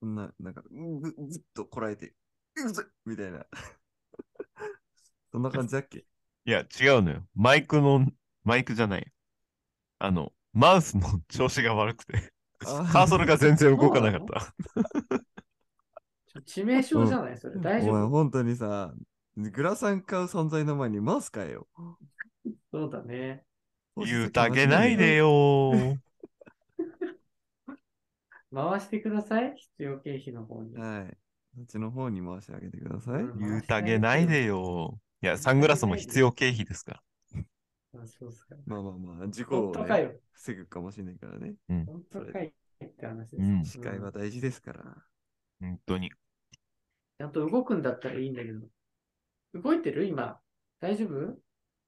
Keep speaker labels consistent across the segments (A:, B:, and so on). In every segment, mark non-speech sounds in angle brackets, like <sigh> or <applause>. A: そんな、なんか、うんぐずっとこらえて、うずっみたいな。 <laughs> そんな感じだっけ
B: いや、違うのよ。マイクの、マイクじゃない。あの、マウスの調子が悪くて、
A: あー
B: カーソルが全然動かなかった。
C: ちょ致命傷じゃないそれ。大丈
A: お前、
C: 夫
A: 本当にさ、グラサン買う存在の前にマウス買えよ。
C: そうだね。
B: 言うたげないでよー。
C: 回してください。必要経費の方に。
A: はい。そっちの方に回してあげてください。
C: うん
B: 言うたげないでよー。いや、サングラスも必要経費ですから。
C: あそうっすか。
A: まあまあまあ、事故
C: 本
A: を、
C: 当か
A: ね、
C: よ。
A: 防ぐかもしれないからね。
C: 本当かいって話です。
B: うん
A: 視界は大事ですから。
B: 本当に。
C: ちゃんと動くんだったらいいんだけど。動いてる今。大丈夫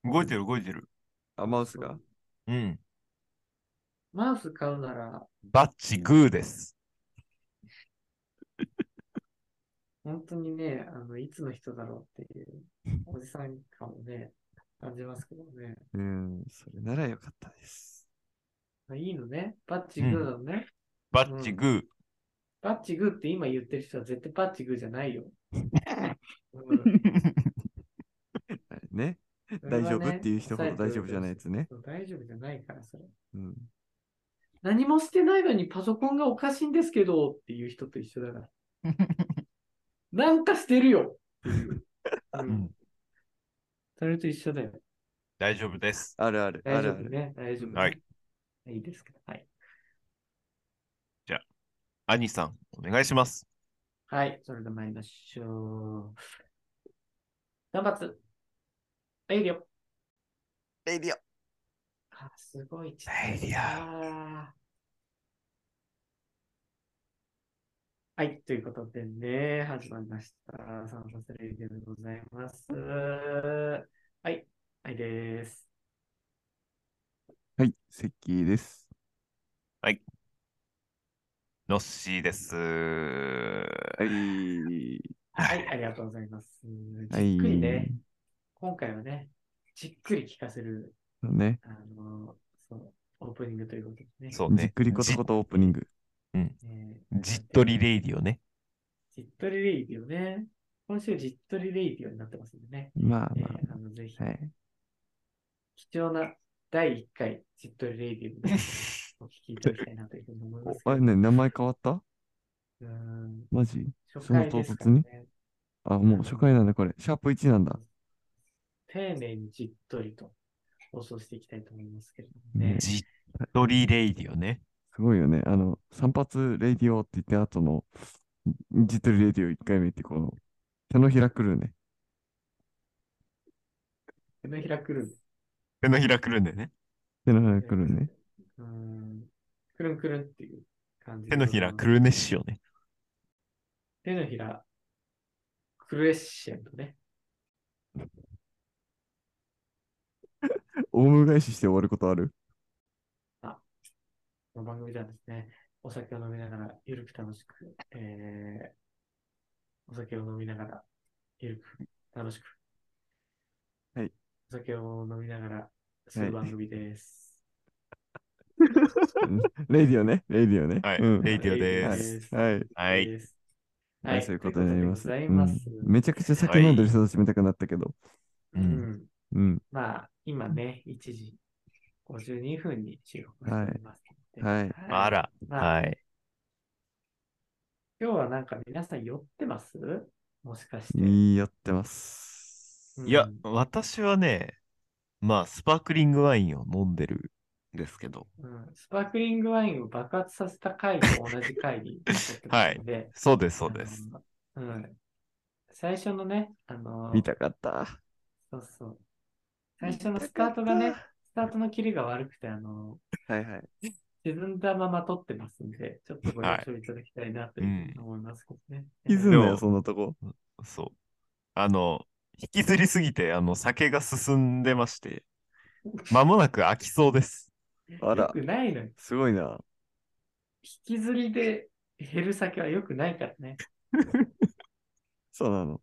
B: 動いてる動いてる。
A: あ、マウスが
B: うん。
C: マウス買うなら、
B: バッチグーです。
C: 本当にね、あの、いつの人だろうっていう、おじさん感をね、感じますけどね。
A: うん、それならよかったです。
C: まあいいのね。バッチグーなのね。
B: バッチグー。
C: バッチグーって今言ってる人は絶対バッチグーじゃな
A: <laughs>
C: いよ。うん
A: はいね。大丈夫っていう人ほど大丈夫じゃないや。
C: そ
A: つね。
C: れはね大丈夫じゃないから、それ。
A: うん。
C: 何もしてないのにパソコンがおかしいんですけどっていう人と一緒だから。 <laughs> なんかしてるよっていう。う
B: うんん、
C: それと一緒だよ。
B: 大丈夫です。
A: あるある、あ
C: 大丈
A: るあ
C: 夫
A: る。
C: ね。大丈夫、ね。
B: はい。
C: いいですか。はい。
B: 兄さん、お願いします。
C: はい。それでは参りましょう。断髪。レイディオ。
A: レディオ。
C: あ、すごい。
B: レディオ
C: あーはい、ということでね、始まりました。サンサスレイディオでございます。はい、はいです。
A: はい、セッキーです。
B: のっしーです。
A: はい。
C: はい、ありがとうございます。
A: は
C: じ
A: い。
C: っくりね、今回はね、じっくり聞かせる、
A: そうね。
C: あの、そう、オープニングということでね。
B: そう
A: じっ
B: ね。
A: くりことことオープニング。
C: ね
B: じっとりレイディオね。
C: じっとりレイディオね。今週じっとりレイディオになってますんでね。
A: まあ
C: え
A: ま
C: ーあのぜひ
A: あ。、はい。
C: 貴重な第1回じっとりレイディオにお聞きいただきたいなというふうに思
B: <laughs>
C: いますけ
A: あ
C: ど。
A: れね、名前変わった
C: うーん
A: マジ
C: 初回ですから
A: その唐
C: ね。
A: あ、もう初回なんだ、これ。シャープ1なんだ。
C: 丁寧にじっとりと放送していきたいと思いますけれどもね。
B: じっとりレイディオね。
A: すごいよね。あの、散髪レディオって言って後の、ジトリレディオ1回目って、この、手のひらくるね。
C: 手のひらくるん。
B: 手のひらくるんでね。
A: 手のひらくる
B: <laughs>
A: ね。
C: うーん。くるんくるんっていう感じで
B: 手のひらくるねっしよね。
C: 手のひらクレッシェンドね。
A: オウム返しして終わることある <laughs>
C: この番組ではですね、お酒を飲みながらゆるく楽しく、えー、お酒を飲みながらゆるく楽しく、
A: はい。
C: お酒を飲みながらする番組です。
A: うんレディオね。レディオね。
B: はい
A: うん
B: レディオで
A: <laughs>
B: す
A: はい。はい。
B: はい。
C: です
A: はいそういうことになります。
C: ということでございます。
A: うんめちゃくちゃ酒飲んでる人たち見たくなったけど。
B: う
C: う
B: んん
A: うん。
C: まあ、今ね、1時52分に収録をしておりますので、
A: はいはい
B: あら。
C: まあ
B: はい。
C: 今日はなんか皆さん酔ってますもしかして。
A: いいやってます。
C: うん
B: いや、私はね、まあ、スパークリングワインを飲んでるんですけど。
C: うんスパークリングワインを爆発させた回と同じ回になってますので、
B: そうです、そうです。
C: あの。うん、最初のね、あの、
A: 見たかった。
C: そうそう。最初のスタートがね、スタートのキレが悪くて、あの、
A: はいはい。
C: 沈んだまま撮ってますんで、ちょっとご了承いただきたいなというふうに思いますけどね。
A: 気づんな
B: で
A: よ、
B: も
A: そんなとこ。
B: そう。あの、引きずりすぎて、あの、酒が進んでまして、まもなく飽きそうです。
A: あ
C: よ
A: ら、
C: くないのよ。
A: すごいな。
C: 引きずりで減る先は良くないからね。
A: そうなの。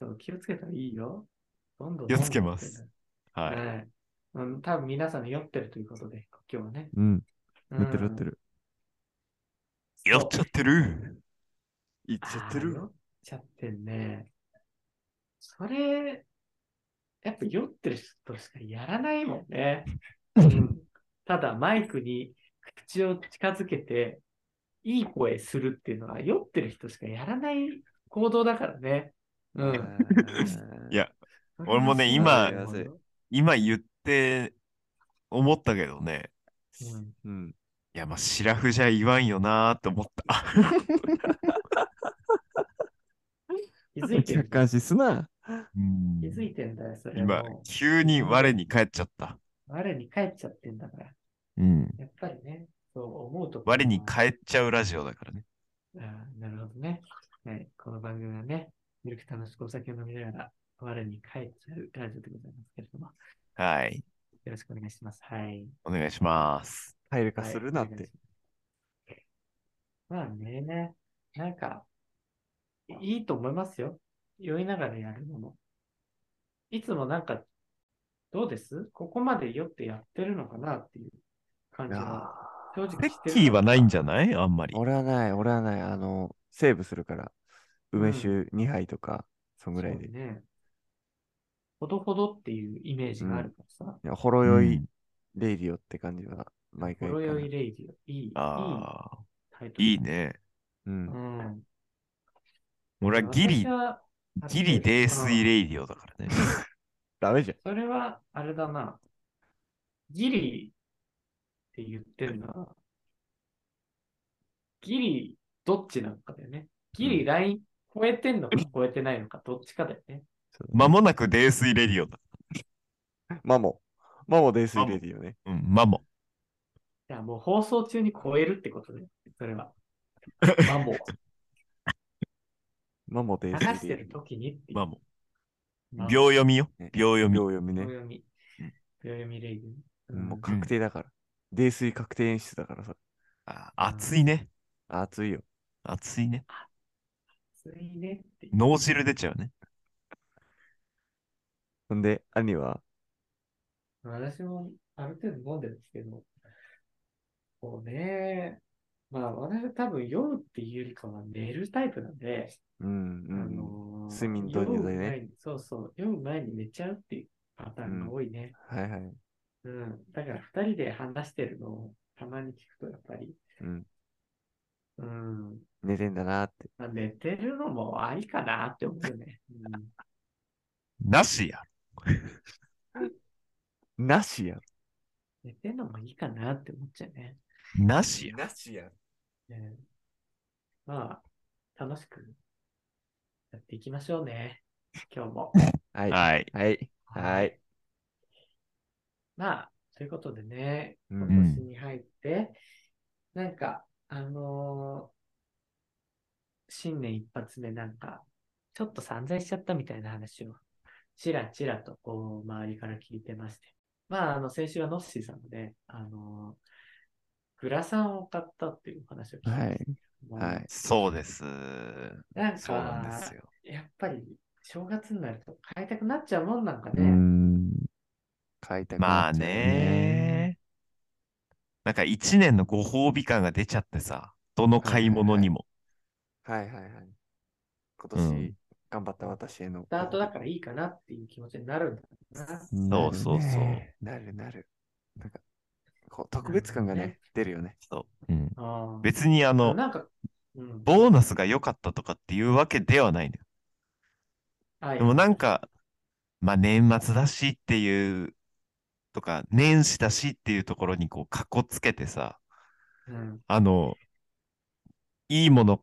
C: そう気をつけたらいいよ。どんどん
B: 気をつけ
C: 飲んで
B: ま
C: って
B: す
C: ね。
B: はい。
C: はい。うん、多分皆さん酔ってるということで、今日はね。
A: うん。
C: う
A: やってるやって
C: る。
A: る。
B: 酔っちゃってる。言っちゃって
C: あー酔
B: る
C: っちゃってんね。それ、やっぱ酔ってる人しかやらないもん
A: <laughs>
C: ね。うんただマイクに口を近づけて、いい声するっていうのは酔ってる人しかやらない行動だからね。うん。
B: いや俺もね今
C: うん
B: 今言って思ったけどね。
C: う
A: う
C: ん
A: ん。
B: いや、まあ、シラフじゃ言わんよなーって思った。 <laughs>
C: 気づいて
A: 客
C: る。
A: 観視すな。
C: 気づいてんだよ、それは
B: 今
C: も、
B: 急に我に返っちゃった。
C: う。我に帰っちゃってんだから。
B: うん。
C: やっぱりね、そう思うところ
B: 我に
C: は
B: 返っちゃうラジオだからね。
C: あーなるほどね、はい。この番組はね、ミルク楽しくお酒を飲みながら、我に帰っちゃうラジオでございますけれども、よ
B: はい。
C: ろしくお願いします。はい。
B: お願いします。
A: 入る
C: は
A: 化
C: い
A: するなっ。
C: お願い
A: て
C: し。ますまあね、なんか、いいと思いますよ。酔いながらやるのも。いつもなんか、どうですここまで酔ってやってるのかなっていう感じが正直して
B: ペ
C: る
B: ッキーはないんじ
C: ゃ
B: ゃないあんまり。
A: 俺はない、俺はない。あの、セーブするから、梅酒2杯とか、そんぐらいで。い
C: ね。ほどほどっていうイメージがあるからさ。
A: やほろ酔い、レイディオって感じは、毎
C: ほ
A: 回
C: ろ
A: 言うか
C: 酔
A: な。
C: いレイディオ。いい、いい
B: ああ、
C: タイトル。
B: いい。ね。
A: うん
C: う。ん。
B: 俺はギリ
C: 私、は、
B: ギリ泥酔
C: イ
B: レイディオだからね。
A: ダメじゃん。
C: それは、あれだな。ギリって言ってるのは、ギリどっちなのかだよね。ギリライン超えてんのか超えてないのかどっちかだよね。
B: まもなく泥酔レディオだ。
A: マモ。マモ泥酔レディオね。
B: うん、マモ。
C: じゃあもう放送中に超えるってことね。そ
B: <laughs>
C: れは。マモ、
A: マモ泥
C: 流
A: 酔
C: して
A: レデ
C: る
A: ィ
C: 時にっていう。
B: マモ。
C: マモ
B: 秒読みよ
A: ね。
B: 秒読
A: オ。
B: み。
A: 秒読みね。
C: 秒読み
B: うん。
C: 秒読みレイディオね。
A: もう確定だから。泥酔確定演出だからさ。
B: あ熱いね。
A: 熱いよ。
B: 熱いね。
C: 熱いねっていう。
B: 脳汁出ちゃうね。
A: ほんで、兄は、
C: 私もある程度飲んでるんですけど、こうね、まあ私は多分酔うっていうよりかは寝るタイプなんで、
A: うん、う
C: あ
A: ん。
C: のー
A: 睡眠導入だよね
C: 酔う前にそうそう、酔う前に寝ちゃうっていうパターンが多いね。
A: はいはい。
C: うん。だから二人で話してるのをたまに聞くとやっぱり、
A: うん。
C: うん。
A: 寝てんだなーって。
C: まあ、寝てるのもありかなって思うよね。うん
B: なしや。
A: なしやん。
C: 寝てんのもいいかなって思っちゃうね。
B: なしや。
A: なしやん。
C: ねまあ、楽しくやっていきましょうね。今
A: <laughs>
C: 日も。
A: はい。
B: はい。
A: はい。はい。
C: まあ、ということでね、
A: う
C: 今
A: ん
C: 年に入って、なんか、あのー新年一発目なんか、ちょっと散財しちゃったみたいな話を、ちらちらとこう、周りから聞いてまして。まあ、あの、先週はノッシーさんで、あのーグラサンを買ったっていうお話を聞いて、
A: はい。はい。
B: そうです。
C: なんか、
B: そうなんですよ。
C: やっぱり正月になると買いたくなっちゃうもんなんか
A: うー
C: ね。
A: ん。買いたく
B: ま
A: な
B: あ
A: っちゃう
B: ね。なんか一年のご褒美感が出ちゃってさ、どの買い物にも。
A: はいはいはい。今
B: う
A: 年
B: ん、
A: 頑張った私への。ス
C: スタートだからいいかなっていう気持ちになるんだな。
B: そうそうそう。
A: なるなる。なんか、こう、特別感がね、出るよね。
B: そううん、
C: あー
B: 別にあの、
C: なんか、うん、
B: ボーナスが良かったとかっていうわけではないんだよ。
C: はい
B: でもなん、か、まあ年末だしっていう、とか、年始だしっていうところにこう、かっこつけてさ、
C: うん、
B: あの、いいもの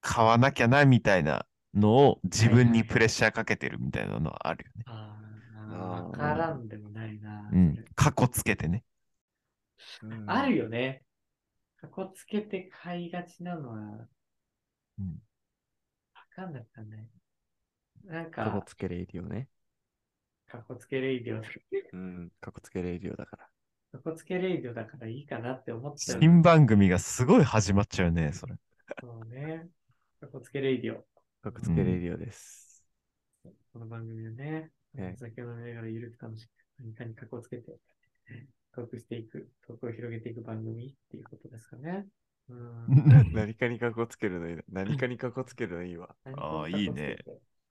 B: 買わなきゃなみたいなのを自分にプレッシャーかけてるみたいなのはあるよね。
C: あー
A: あー
C: わからんでもないな。
B: うん。かっこつけてね。
A: うん
C: あるよね。かこつけて買いがちなのは、わ
B: うん
C: かんなくはない。なん
A: かこ
C: か、
A: つけレイディオね。
C: かこつけレイディオだ、
A: うん。かこつけレイディオだから。
C: かこつけレイディオだからいいかなって思っちゃう。
B: 新番組がすごい始まっちゃうね、それ。
C: そうね。かこつけレイディオ。
A: かこつけレイディオ
B: <laughs>
A: です。
C: この番組はね、
A: ね
C: お酒を飲みながらゆるく楽しく、何かにかこつけて、トークしていく、トークを広げていく番組っていうことですかね。
B: <laughs>
C: うん。
B: な
A: 何かにかこつけるのい
B: <laughs>
A: いな。何かにかこつけるのいいわ。
C: 何
B: あー
C: かっこつけて
B: いいね。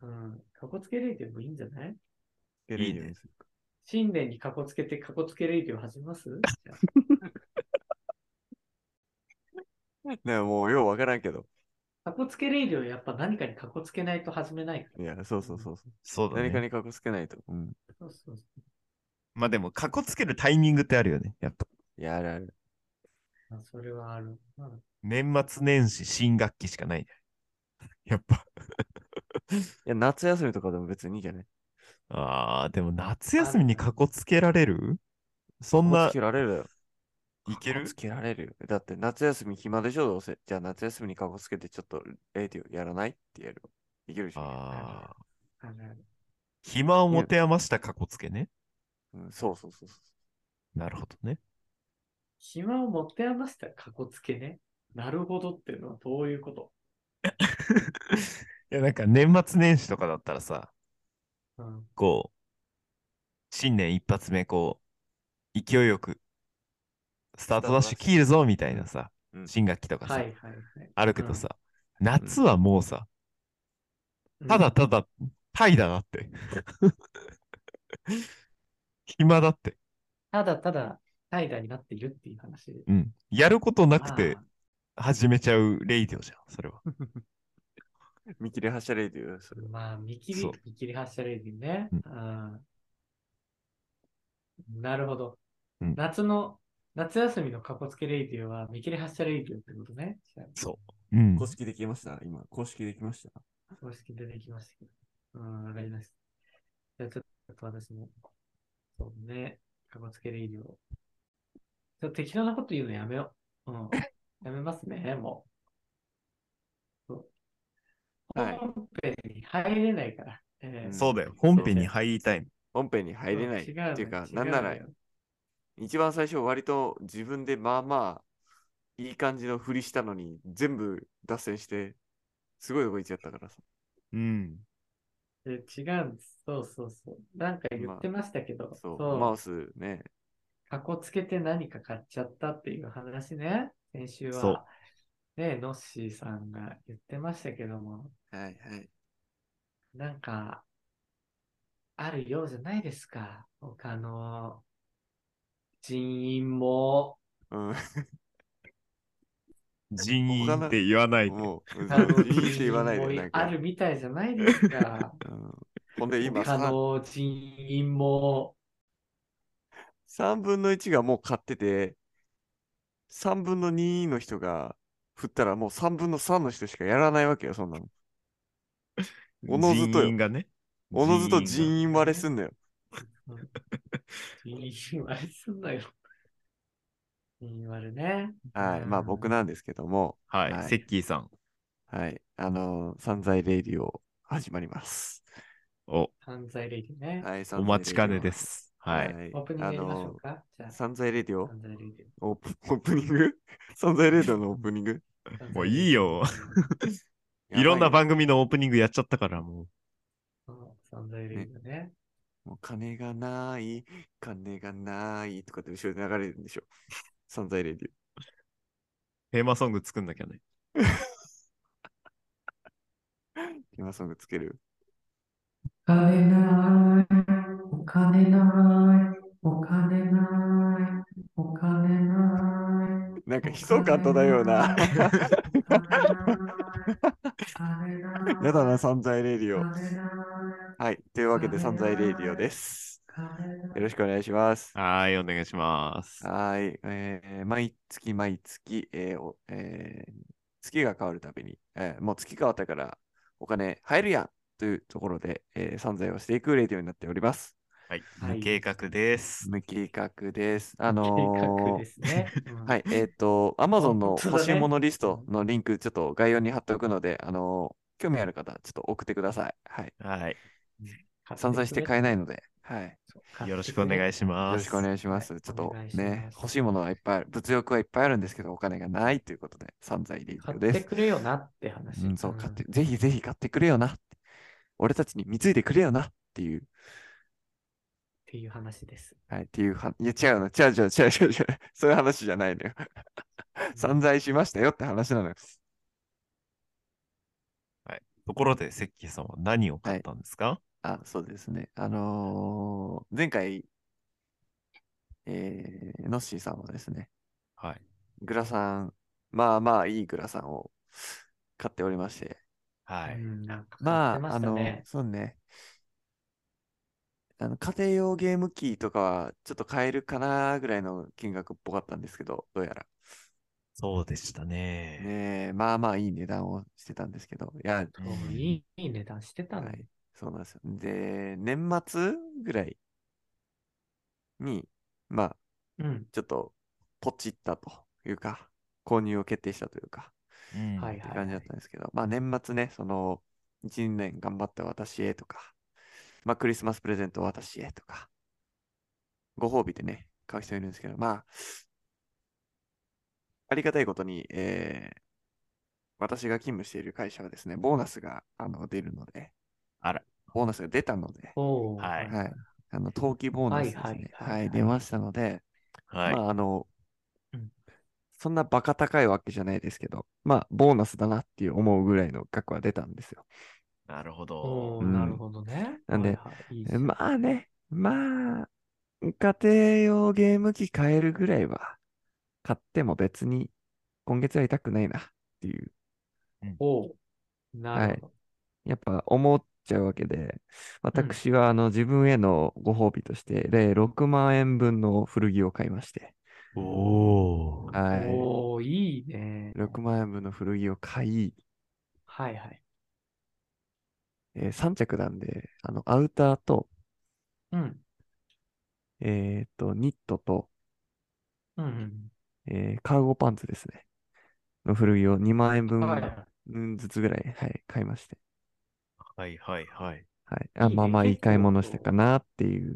C: うん。かこつけレイディオもいいんじゃない
A: い
B: いいね
A: するか。
C: 新年にかこつけてかこつけレイディオ始めますじゃあ
A: ねもうようわからんけど。
B: <laughs>
C: かこつけレイディオやっぱ何かにかこつけないと始めないから。
A: いや、そうそうそうそう。
B: そうだ
A: 何か
B: ね。
A: にかこつけないと。うん。
C: そうそうそう。
B: まあでも、かっこつけるタイミングってあるよね。やっぱ。
A: いや、あるある。
C: まあ、それはある。まあ
B: 年末年始、新学期しかないね。やっぱ。
A: いや、夏休みとかでも別にいいじゃない。
B: ああ、でも夏休みにかこつけられるそん
A: かこ
B: な
A: つ、けられるよ。
B: いけ
A: かこ
B: る
A: つけられるよ。だって夏休み暇でしょ、どうせ。じゃあ夏休みにかこつけてちょっとレディオやらないってやるよ。いけるでしょ。
B: ああ、
C: あるある
B: 暇を持て余したかこつけね。
A: うん、そうそうそうそう。
B: なるほどね。
C: 暇を持って余したかこつけね。なるほどっていうのはどういうこと
B: いや、なんか年末年始とかだったらさ、
C: うん。
B: こう、新年一発目、こう、勢いよく、スタートダッシュ切るぞ、みたいなさ、
A: うん
B: 新学期とか
C: はい
B: さ
C: はい、はい。
B: あるけどさ、夏はもうさ、
C: うん
B: ただただ、怠惰だって。 <laughs> 暇だって。
C: ただただ怠惰になっているっていう話で。
B: うん。やることなくて
C: まあ
B: 始めちゃうレイディオじゃん、それは。
A: 見切り発車レディオよそれは
C: まあ、見切
B: そ
C: り
B: う、
C: 見切り発車レディね。
B: う
C: うん。なるほど。
B: うん
C: 夏の、夏休みのかこつけレイディオは見切り発車レイディオってことね。
B: そう。うん
A: 公。式できました今、公式できました
C: 公式出てきましたけど。うん、わかりました。じゃあちょっと私も、そうね、かこつけレイディオ。ちょっと適当なこと言うのやめよう。うん。やめますね、もう。そう
A: はい
C: 本編に入れないから。え
A: うん
B: そうだよ。本編に入りたいの。
A: 本編に入れないって
C: 違の
A: いうか
C: 違、
A: なんなら
C: のよ
A: 一番最初割と自分でまあまあいい感じのふりしたのに全部脱線してすごいとこ行っちゃったからさ。
B: うん。
C: え違うんです。そうそうそう。なんか言ってましたけど、
A: そう、
C: そう
A: マウスね。
C: かこつけて何か買っちゃったっていう話ね。先週
B: そ
C: は、ね、ノッシーさんが言ってましたけども、
A: はいはい。
C: なんか、あるようじゃないですか。他の人員も、
A: う
B: 人員って言わない
A: ん、
B: で。
A: もう、うん
C: 他の
A: いいって言わない
C: 人
A: で、
C: 員
A: なん
C: もあ
A: か。
C: るみたいじゃないですか。
A: うん、ほん <laughs> で今
C: 他
A: 3,
C: の人員も、
A: 分の1がもう買ってて、3分の2の人が振ったらもう3分の3の人しかやらないわけよ、そんなの。おのずとよ
B: 人員がね。
A: おのずと
B: 員
A: 人員割れすんだよ。
C: 人員割れすんなよ。人員割れね。
A: はい。まあ
C: うん
A: 僕なんですけども、
B: が。はい。
A: はい
B: セッキーさん。
A: はい。あのー、散財レイディオ始まります。
B: お、
C: 犯罪レイディね。
A: はい、。
B: お待ちかねですす。はい。
C: オープニングやりましょう
A: あ
C: か。じゃ
A: のー、
C: あ
A: 散財レディオ
C: 犯罪レイディ
A: オープオープニング <laughs> 散財レディオのオープニング
C: オ
B: もういいよ。
A: やば
B: いろんな
A: よ
B: 番組のオープニングやっちゃったから、もう。
C: 犯罪レイディオね。
A: もう金がない、金がないとかって後ろで流れるんでしょ。散財レディ
B: テーマソング作んなきゃね。
A: オ。今ソングつける。
C: お金ない、お金ない、お金ない、お金ない。
A: なんか悲壮感漂うな。
C: お金ないお金な
A: <laughs>
C: い
A: やだな、散財レディ
C: お
A: オ。
C: 金ない
A: はい。というわけで散財レディオです。よろしくお願いします。
B: はい、お願いします。
A: はい、えー毎月毎月、えーおえー月が変わるたびに、えーもう月変わったからお金入るやんというところで、えー散財をしていくレディオになっております。
B: はい。
C: はい
B: 無計画です。
A: 無計画です。あ
C: 計画
A: のー
C: ですね。うん
A: はい、えっ、と、Amazon の
C: 本当だね
A: 欲しいものリストのリンク、ちょっと概要に貼っておくので、あのー興味ある方、ちょっと送ってください。はい。
B: はい。
A: 散財して
C: っ
A: 買えないので、はい。
C: て
B: よろしくお願いし
A: よ
B: ま
A: ろ
B: す。
A: しくお願いします。
C: はい
A: ちょっと
C: お願いし
A: ね
C: ま、す
A: 欲しいものはいっぱいある。物欲はいっぱいあるんですけど、お金がないということで、散財レディ
C: 買
A: オ
C: っ
A: です
C: て。くれよなって話。
A: うん、そう、買って、ぜひぜひ買ってくれよなって。俺たちに貢いでくれよなっていう。
C: っっていう話です。
A: はい、っていうは、いや、違うの、違う違う違う違う違う、 <laughs> そういう話じゃないのよ。散財しましたよって話なのよ。
B: ところで、関家さんは何を買ったんですか
A: あ、そうですね。あのー前回、えー、ノッシーさんはですね、
B: はい。
A: グラサン、まあまあいいグラサンを買っておりまして、
B: は
C: う
B: い。
C: ん、なんか買っ
A: ま
C: てま
A: あ、あ
C: した
A: の
C: ね、。
A: そうね。あの、家庭用ゲーム機とかは、ちょっと買えるかなぐらいの金額っぽかったんですけど、どうやら。
B: そうでしたね。
A: ねえ、まあまあいい値段をしてたんですけど、いや、
B: あの
C: そういいいい値段してたの
A: は
C: に。
A: い、そうなんですよ。で、年末ぐらいに、まあ、
C: うん。
A: ちょっと、ポチったというか、購入を決定したというか、
B: うん
C: はい
A: って感じだったんですけど、まあ年末ね、その、1年頑張った私へとか、まあクリスマスプレゼント私へとか、ご褒美でね、買う人いるんですけど、まあ、ありがたいことに、えー私が勤務している会社はですね、ボーナスがあの出るので、
B: あら
A: ボーナスが出たので、
C: おー
B: はい
A: はい、あの、冬季ボーナスです
C: はい
A: ね、
C: はいはい
A: はい、
C: はい
A: 出ましたので、
B: はい
A: ま。あ、あの、
C: うん
A: そんなバカ高いわけじゃないですけど、まあ、ボーナスだなっていう思うぐらいの額は出たんですよ。
B: なるほ
C: お
B: ど。
C: ー
A: うん
C: なるほどね。
A: なんで
C: はいはいいいじ
A: え
C: ゃん
A: まあね、まあ、家庭用ゲーム機買えるぐらいは、買っても別に今月は痛くないなっていう、
C: おーなるほど。
A: やっぱ思っちゃうわけで、私はあの自分へのご褒美として、例6万円分の古着を買いまして、
B: おー
A: はい。
C: おーいいね。
A: 6万円分の古着を買い、
C: はいはい。
A: え3着なんで、あの、アウターと、
C: うん。
A: えーっと、ニットと、
C: うんうん。
A: えーカーゴパンツですね。の古着を2万円分
C: はいは
A: うんずつぐらい、はい、買いまして。
B: はいはいはい。
A: はい。あ
C: いいね
A: まあまあ、いい
C: 結構
A: 買い物したかなっていう
C: い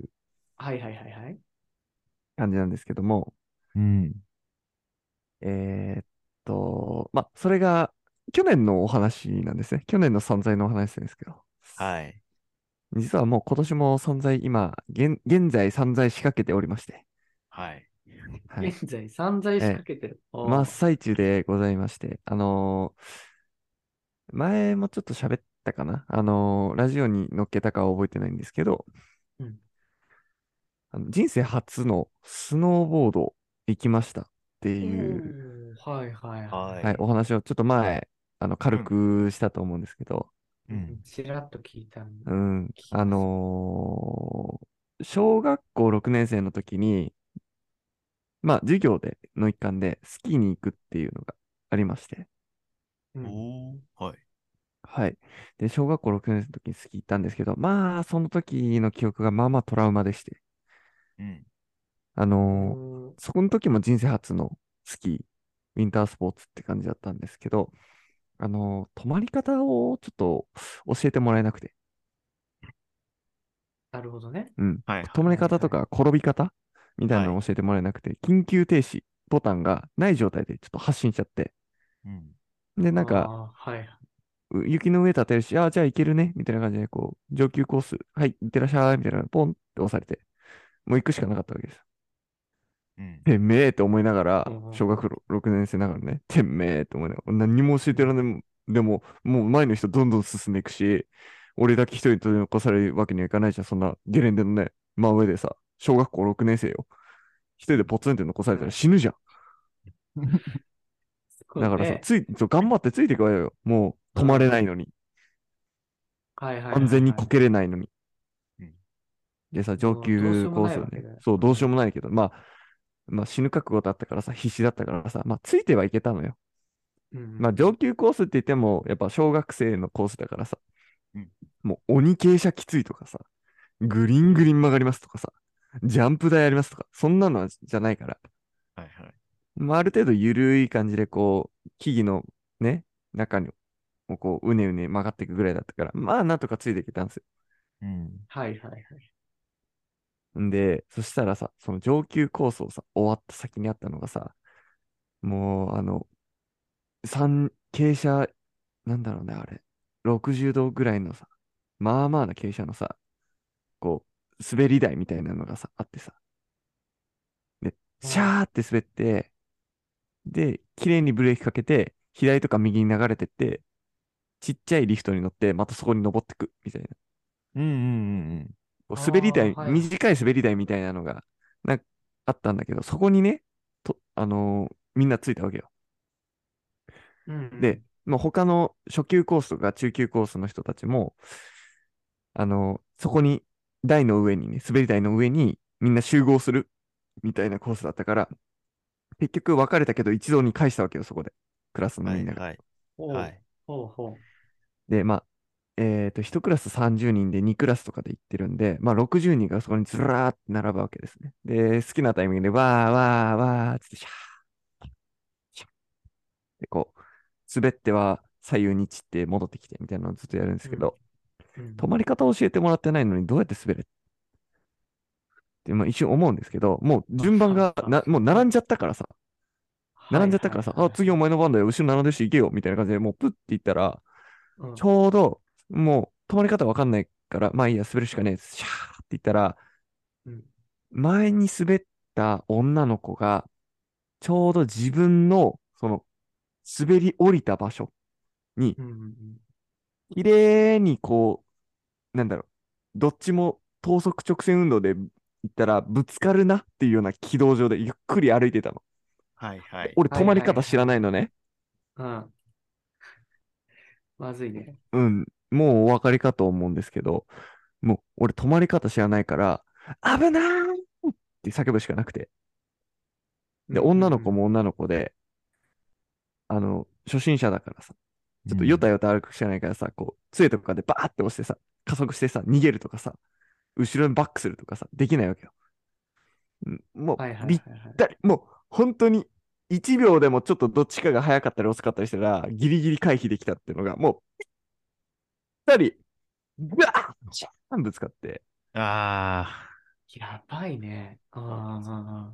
C: はいはいはい。
A: 感じなんですけども、
B: うん。
A: えーっと、まあ、それが、去年のお話なんですね。去年の散財のお話なんですけど。
B: はい。
A: 実はもう今年も散財、今、現現在散財仕掛けておりまして。
B: はい。
A: はい。
C: 現在散財仕掛けてる。おー
A: 真っ最中でございまして、あのー前もちょっと喋ったかな、あのーラジオに乗っけたかは覚えてないんですけど、
C: うん
A: あの人生初のスノーボード行きましたっていう、
C: おーはいはいは
B: は
A: はい、お話をちょっと前、あの軽くしたと思うんですけど、
B: い。う
C: い。
B: ん。
C: ちらっと聞いたんだ
A: うん、あのー小学校6年生の時に、まあ、授業での一環でスキーに行くっていうのがありまして、
C: うん
B: おーはい。
A: はい。で、小学校6年生の時にスキー行ったんですけど、まあ、その時の記憶がまあまあトラウマでして、
B: うん。
A: あ
C: う
A: のー
C: ん
A: そこの時も人生初のスキー、ウィンタースポーツって感じだったんですけど、あのー止まり方をちょっと教えてもらえなくて、
C: なるほどね。
A: うん。
B: はい。
A: 止まり方とか転び方みたいなのを教えてもらえなくて、緊急停止ボタンがない状態でちょっと発信しちゃって、
B: うん。
A: で、なんか、
C: あー、はい。
A: う雪の上立てるし、ああ、じゃあ行けるね、みたいな感じで、こう、上級コース、はい、行ってらっしゃい、みたいな、ポンって押されて、もう行くしかなかったわけです。
B: うん。
A: てめえって思いながら
C: うんう、ん
A: 小学6年生ながらね、てめえって思いながら、何も教えてらんない。でも、もう前の人どんどん進んでいくし、俺だけ一人取り残されるわけにはいかないじゃん、そんなゲレンデのね、真上でさ、小学校6年生よ。一人でポツンって残されたら死ぬじゃん。
C: そう
A: だからさ
C: ね、
A: つい、そう頑張ってついてこいよ。もう止まれないのに。
C: はいはいはいはい
A: 安全にこけれないのに
B: うん。
A: でさ、
C: も
A: 上
C: うどうし
A: 級
C: よう
A: コー
C: もな
A: ス
C: い
A: を
C: わけ
A: ね
C: だよ、
A: そう、どうしようもないけど、まあ、まあ死ぬ覚悟だったからさ、必死だったからさ、まあついてはいけたのよ。
C: うん
A: まあ上級コースって言っても、やっぱ小学生のコースだからさ
B: うん、
A: もう鬼傾斜きついとかさ、グリングリン曲がりますとかさ、ジャンプ台ありますとか、そんなのはじゃないから、
B: はいはい。
A: まあある程度ゆるい感じでこう、木々のね、中にもこう、うねうね曲がっていくぐらいだったから、まあなんとかついていけたんですよ
B: うん。
C: はいはいはい。
A: んで、そしたらさ、その上級コースをさ、終わった先にあったのがさ、もう、あの、三、傾斜、なんだろうね、あれ、60度ぐらいのさ、まあまあな傾斜のさ、こう、滑り台みたいなのがさ、あってさ。で、
C: うん
A: シャーって滑って、で、綺麗にブレーキかけて、左とか右に流れてって、ちっちゃいリフトに乗って、またそこに登ってく、みたいな。
B: うんうん
A: こう滑り台、
C: あーはい
A: 短い滑り台みたいなのが、なんかあったんだけど、そこにね、と、あのーみんなついたわけよ。
C: うん
A: で、もう他の初級コースとか中級コースの人たちも、あの、そこに、台の上にね、滑り台の上にみんな集合するみたいなコースだったから、結局別れたけど一堂に返したわけよ、そこで。クラス
B: うん。
A: の
B: は
A: み
B: い
A: んなが。
B: はい。
C: ほう、
B: はい。
C: ほうほ
A: で、まあ、えっ、と、1クラス30人で2クラスとかで行ってるんで、まあ60人がそこにずらーって並ぶわけですね。で、好きなタイミングでわーわーわーっつってシャー、シャーで、こう、滑っては左右に散って戻ってきてみたいなのをずっとやるんですけど、
C: う。うん
A: 止まり方を教えてもらってないのにどうやって滑れって、まあ、一瞬思うんですけど、もう順番がな、もう並んじゃったからさ、並んじゃったからさ、
C: はいはい
A: あ、次お前の番だよ、後ろ並んでるし行けよ、みたいな感じで、もうプッていったら、
C: うん
A: ちょうど、もう止まり方わかんないから、まあいいや、滑るしかねえです。シャーって言ったら、
C: うん
A: 前に滑った女の子が、ちょうど自分の、その、滑り降りた場所に
C: う、んうん
A: 綺麗にこう、なんだろう、どっちも等速直線運動で行ったら、ぶつかるなっていうような軌道上でゆっくり歩いてたの。
B: はいはい。
A: 俺
C: はい
A: 止まり方知らないのね。
C: うん。うん。まずいね。
A: うん、もうお分かりかと思うんですけど、もう俺止まり方知らないから、危ないって叫ぶしかなくて。で、女の子
C: も。
A: も女の子で、あの、初心者だからさ、ちょっとよたよた歩くしかないからさ、こう、杖とかでバーって押してさ、加速してさ、逃げるとかさ、後ろにバックするとかさ、できないわけよ。うんもう、
C: はいはいは
A: び
C: い
A: っ
C: はい。
A: たり、もう、本当に、1秒でもちょっとどっちかが早かったり遅かったりしたら、ギリギリ回避できたっていうのが、もう、ぴったり、ぐわージャーンぶつかって、
B: うん。あ
C: やばいね。うんうんうん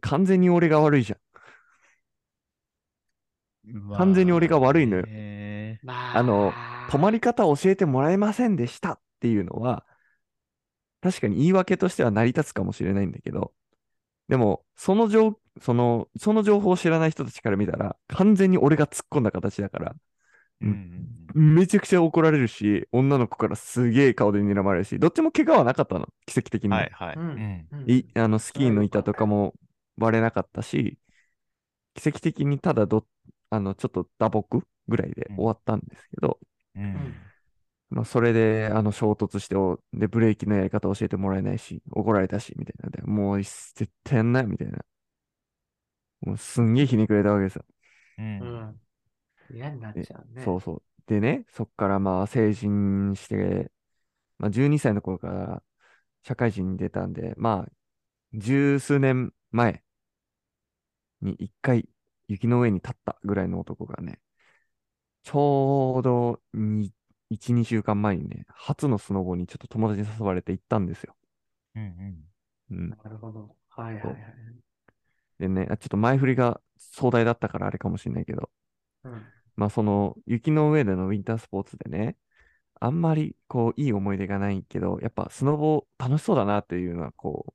A: 完全に俺が悪いじゃん。
B: あ。
A: 完全に俺が悪いのよ
B: まあね
C: まあ、
A: あの、止まり方教えてもらえませんでしたっていうのは、確かに言い訳としては成り立つかもしれないんだけど、でも、その情、その、その情報を知らない人たちから見たら、完全に俺が突っ込んだ形だから、
B: うん
A: めちゃくちゃ怒られるし、女の子からすげえ顔で睨まれるし、どっちも怪我はなかったの、奇跡的に
B: うん。
A: ね。
B: はいはい。
C: う
B: うんん。
C: うん
A: いあのスキーの板とかも割れなかったし、奇跡的にただど、あの、ちょっと打撲ぐらいで
B: うん
A: 終わったんですけど、
B: うん。
A: まあ、それで、あの、衝突してお、で、ブレーキのやり方教えてもらえないし、怒られたし、みたいなで、もう、絶対やんない、みたいな。もう、すんげえひねくれたわけですよ。
B: う。
C: うんん。嫌になっちゃうね。
A: そうそう。でね、そっからまあ成人して、まあ12歳の頃から社会人に出たんで、まあ、十数年前に一回雪の上に立ったぐらいの男がね、ちょうどに1、2週間前にね、初のスノボにちょっと友達に誘われて行ったんですよ。
B: うんうん。
A: うん。
C: なるほど。はいはいはい。
A: でね、あちょっと前振りが壮大だったからあれかもしれないけど、
C: うん。
A: まあその雪の上でのウィンタースポーツでね、あんまりこういい思い出がないけど、やっぱスノボ楽しそうだなっていうのはこう、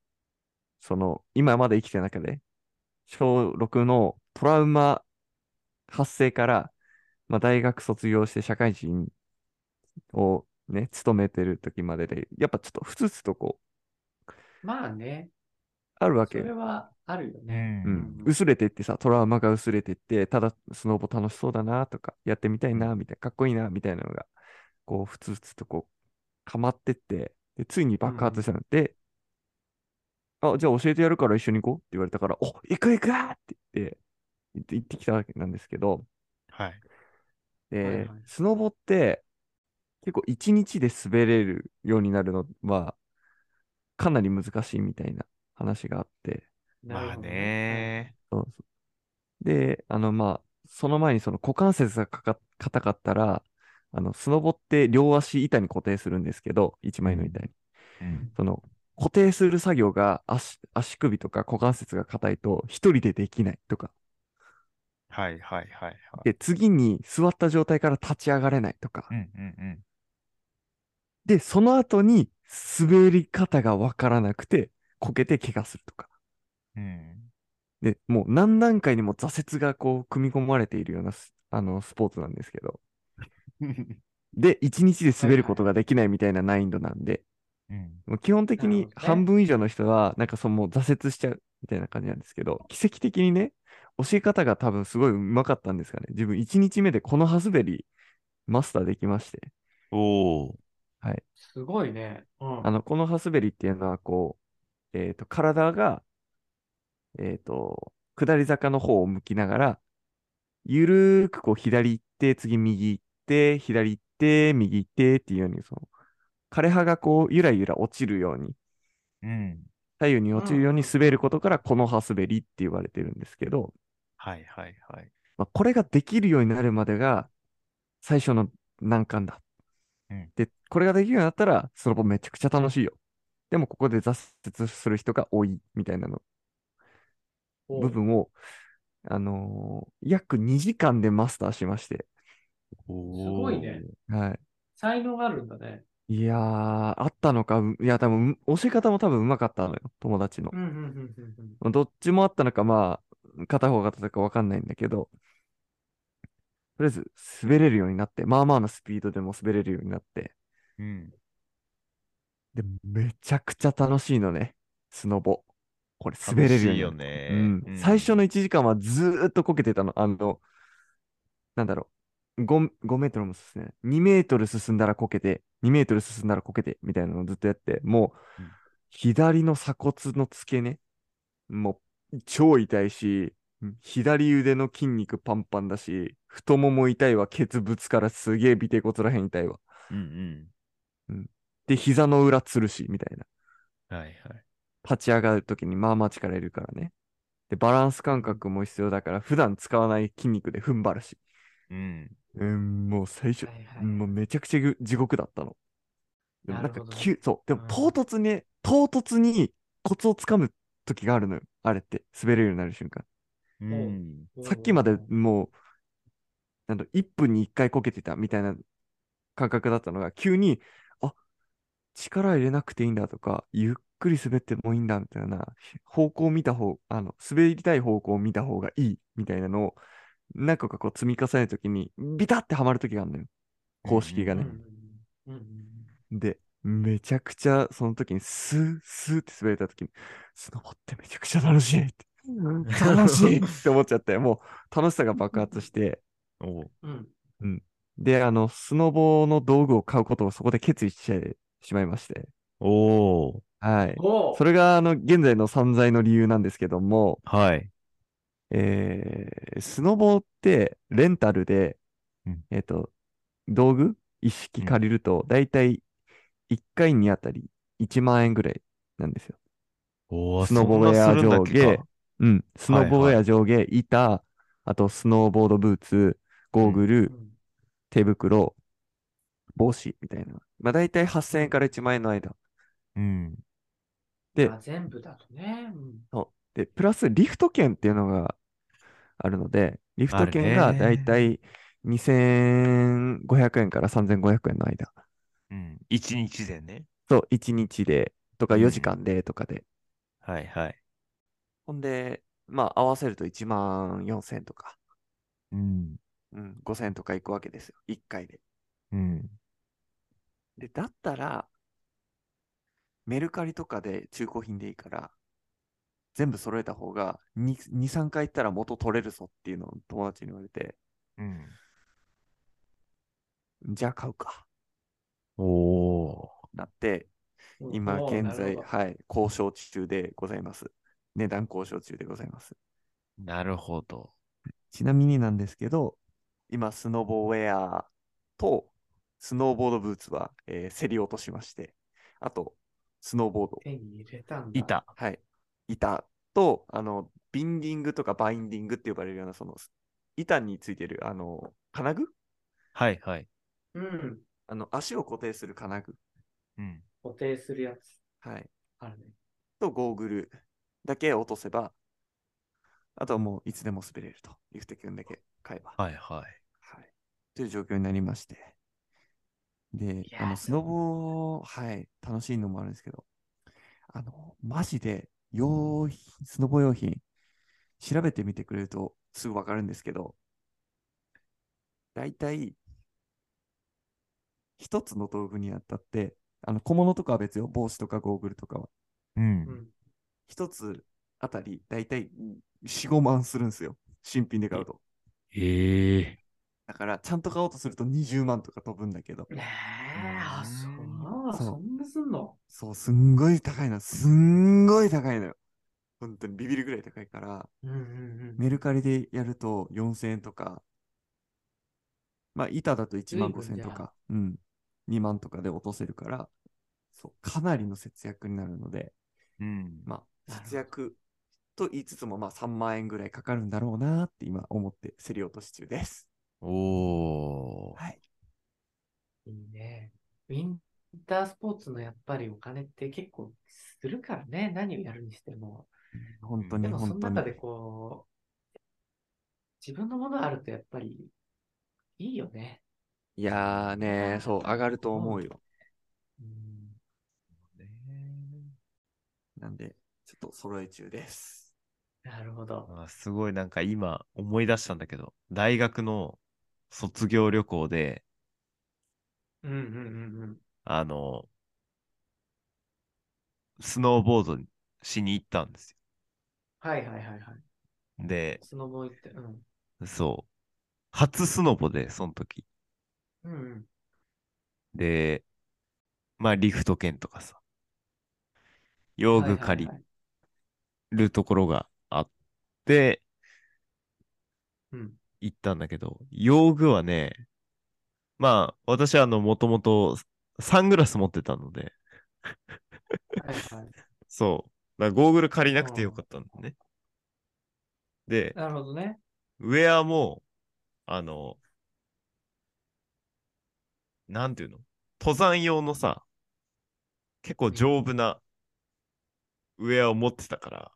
A: その今まで生きてる中で、小6のトラウマ発生から、まあ大学卒業して社会人をね、勤めてる時までで、やっぱちょっとふつふつとこう、
C: まあね、
A: あるわ
C: そ
A: けよ
C: れはあるよ
B: う
C: ね。
B: ん
A: う
C: うん
A: ん、薄れてってさ、トラウマが薄れてって、ただスノボ楽しそうだなとか、やってみたいな、みたいな、かっこいいな、みたいなのが、こう、ふつふつとこう、かまってって、で、ついに爆発したので、あ、じゃあ教えてやるから一緒に行こうって言われたから、お、行く行くって言って、行って行ってきたわけなんですけど、
B: はい。
A: で、
C: はいはい
A: スノボって、結構一日で滑れるようになるのは、かなり難しいみたいな話があって、
C: なる
B: まあ
C: ほど。
B: ね。
A: そうそうで、あの、まあ、その前にその股関節がかか硬かったら、あの、スノボって両足板に固定するんですけど、一枚の板に。
B: うん
A: その、固定する作業が足、足首とか股関節が硬いと、一人でできないとか。
B: はいはいはいはい。
A: で、次に座った状態から立ち上がれないとか
B: う。んうんうん。
A: で、その後に滑り方がわからなくて、こけて怪我するとか。
B: うん。
A: で、もう何段階にも挫折がこう、組み込まれているようなス、あの、スポーツなんですけど。で、1日で滑ることができないみたいな難易度なんで、
B: うん。
A: もう基本的
C: なる
A: に
C: ほどね
A: 半分以上の人は、なんかそのもう挫折しちゃうみたいな感じなんですけど、奇跡的にね、教え方が多分すごいうまかったんですかね。自分1日目でこの歯滑りマスターできまして、
B: おお。
C: すごいね。うん。
A: あの、この歯滑りっていうのは、こう、えっ、と、体が、えっ、と、下り坂の方を向きながら、ゆるーくこう、左行って、次右行って、左行って、右行ってっていうように、その、枯葉がこう、ゆらゆら落ちるように、
B: うん。
A: 左右に落ちるように滑ることから、この歯滑りって言われてるんですけど、
B: はいはいはい。
A: まあ、これができるようになるまでが、最初の難関だ。
B: うん
A: で、これができるようになったら、スノボめちゃくちゃ楽しいよ。でも、ここで挫折する人が多い、みたいなの
C: おう
A: 部分を、あのー約2時間でマスターしまして。
B: お
C: すごいね。
A: は
C: 才能があるんだね。
A: い。いやー、あったのか、ういや、多分、教え方も多分うまかったのよ、友達の
C: う。んうんうんうんうん。
A: どっちもあったのか、まあ、片方が片方かわかんないんだけど、とりあえず滑れるようになって、まあまあのスピードでも滑れるようになって、
B: うん。
A: で、めちゃくちゃ楽しいのね、スノボ。これ滑れるよう
B: 楽しい
A: にな
B: よ
A: って
B: ね。
A: うん、最初の1時間はずーっとこけてたの。あの、なんだろう5、5メートルも進んでない、2メートル進んだらこけて、2メートル進んだらこけて、みたいなのをずっとやって、もう
B: うん、
A: 左の鎖骨の付け根、もう、超痛いし、うん左腕の筋肉パンパンだし、太もも痛いわ、ケツぶつからすげえ尾てい骨らへん痛いわ。
B: うん
A: で、膝の裏つるし、みたいな。
B: うん。はいはい。
A: 立ち上がるときにまあまあ力いるからね。で、バランス感覚も必要だから、普段使わない筋肉で踏ん張るし。
B: うん。
A: うん、もう最初
C: は、いはい。
A: もうめちゃくちゃぐ地獄だったの。でもなん
C: な
A: か
C: るほどね
A: 急、そう、でも
C: うん
A: 唐突に、唐突にコツをつかむ時があるのよ。あれって、滑れるようになる瞬間。
B: うん。
A: さっきまで
C: う
A: もう、なんだ、1分に1回こけてたみたいな感覚だったのが、急に、あ、力入れなくていいんだとか、ゆっくり滑ってもいいんだみたいな、方向を見た方、あの、滑りたい方向を見た方がいいみたいなのを、何個かこう積み重ねるときに、ビタってはまるときがあるのよ。公式が
C: んう
A: ね。
C: んうんうん
A: で、めちゃくちゃ、その時にスー、スーって滑れた時に、スノボってめちゃくちゃ楽しいって、楽しい <laughs> って思っちゃって、もう楽しさが爆発して、
B: おう
C: うん。
A: で、あの、スノボの道具を買うことをそこで決意してしまいまして、
B: おう
A: はい。
C: おう
A: それが、あの、現在の散財の理由なんですけども、
B: はい。
A: えー、スノボって、レンタルで、
B: うん
A: えっ、と、道具一式借りると、だいたい1回にあたり1万円ぐらいなんですよ。
B: おー
A: スノボウェア
B: そんなするんだっけか
A: 上下うん。スノボウ
B: はい
A: ェ
B: は
A: ア上下、板、あとスノーボードブーツ、ゴーグル、
C: うん
A: 手袋、帽子みたいな。まあ大体8000円から1万円の間。
B: うん。
A: で
C: あ全部だとね。うん
A: で、プラスリフト券っていうのがあるので、リフト券
B: あ
A: が
B: るね
A: 大体2500円から3500円の間。
B: うん。一日でね。
A: そう、1日でとか
B: うん
A: 4時間でとかで。
B: はいはい。
A: ほんで、まあ合わせると1万4000円とか、
B: うん。
A: うん、5000円とかいくわけですよ。1回で。
B: うん。
A: で、だったら、メルカリとかで中古品でいいから、全部揃えた方が2、2 3回行ったら元取れるぞっていうのを友達に言われて、
B: うん。
A: じゃあ買うか、
B: おお
A: なって、
C: うん
A: 今
C: おう
A: 現
C: な
A: 在、
C: るほど
A: はい、交渉中でございます。値段交渉中でございます。
B: ー。なるほど。
A: ちなみになんですけど、今、スノボウェアとスノーボードブーツは、えー競り落としまして、あと、スノーボード
C: 手に入れたんだ。
B: い。た。
A: はい。板と、あの、ビンディングとかバインディングって呼ばれるような、その、板についてる、あの、金具
B: はいはい。
C: うん。
A: あの、足を固定する金具。
B: うん。
C: 固定するやつ。
A: はい。
C: あるね。
A: と、ゴーグルだけ落とせば、あとはもう、いつでも滑れると。リフテ君だけ買えば。
B: はいはい。
A: はい。という状況になりまして。で
C: い、や
A: あの、
C: ー
A: スノボー、はい、楽しいのもあるんですけど、あの、マジで、用品、スノボ用品、調べてみてくれるとすぐわかるんですけど、だいたい、一つの道具にあたって、あの、小物とかは別よ、帽子とかゴーグルとかは、
B: う。
C: うんん。
A: 一つあたり、だいたい4、5万するんですよ。新品で買うと。
D: ええ
A: だから、ちゃんと買おうとすると20万とか飛ぶんだけど、
C: ええあ、そう。
A: そう
C: そんなすんの
A: そう、すんごい高いの。すんごい高いのよ。本当にビビるぐらい高いから、
C: うんうんうん。
A: メルカリでやると4000円とか、まあ、板だと1万5000
C: 随分
A: 円
C: じゃ
A: と
C: あ
A: か、うん、2万とかで落とせるから、そう、かなりの節約になるので、
B: うん。
A: まあ、
C: なるほど
A: 節約と言いつつも、まあ、3万円ぐらいかかるんだろうなって今思って競り落とし中です。
B: おー。
A: はい。
C: いいね。ウィンタースポーツのやっぱりお金って結構するからね。何をやるにしても。
A: 本当に、
C: でもその
A: 本当に
C: 中。でこう、自分のものあるとやっぱりいいよね。
A: いやーねそう、上がると思うよ。
C: うん、
A: なんで、ちょっと揃え中です。
C: なるほど。
B: あすごいなんか今思い出したんだけど、大学の卒業旅行で、
C: うんうんうんうん。
B: あの、スノーボードしに行ったんです
C: はいはいはいはい。
B: よ。で、
C: スノボ行って、うん。
B: そう。初スノボで、その時。
C: うんうん。
B: で、まあリフト券とかさ、用具借り
C: はいはいはい
B: るところがあって
C: うん。
B: 行ったんだけど、用具はね、まあ私はあの、もともとサングラス持ってたので、
C: はいはい。
B: そう。だからゴーグル借りなくてよかったんだね。で、
C: なるほどね。
B: ウェアも、あの、なんていうの登山用のさ、結構丈夫なウェアを持ってたから、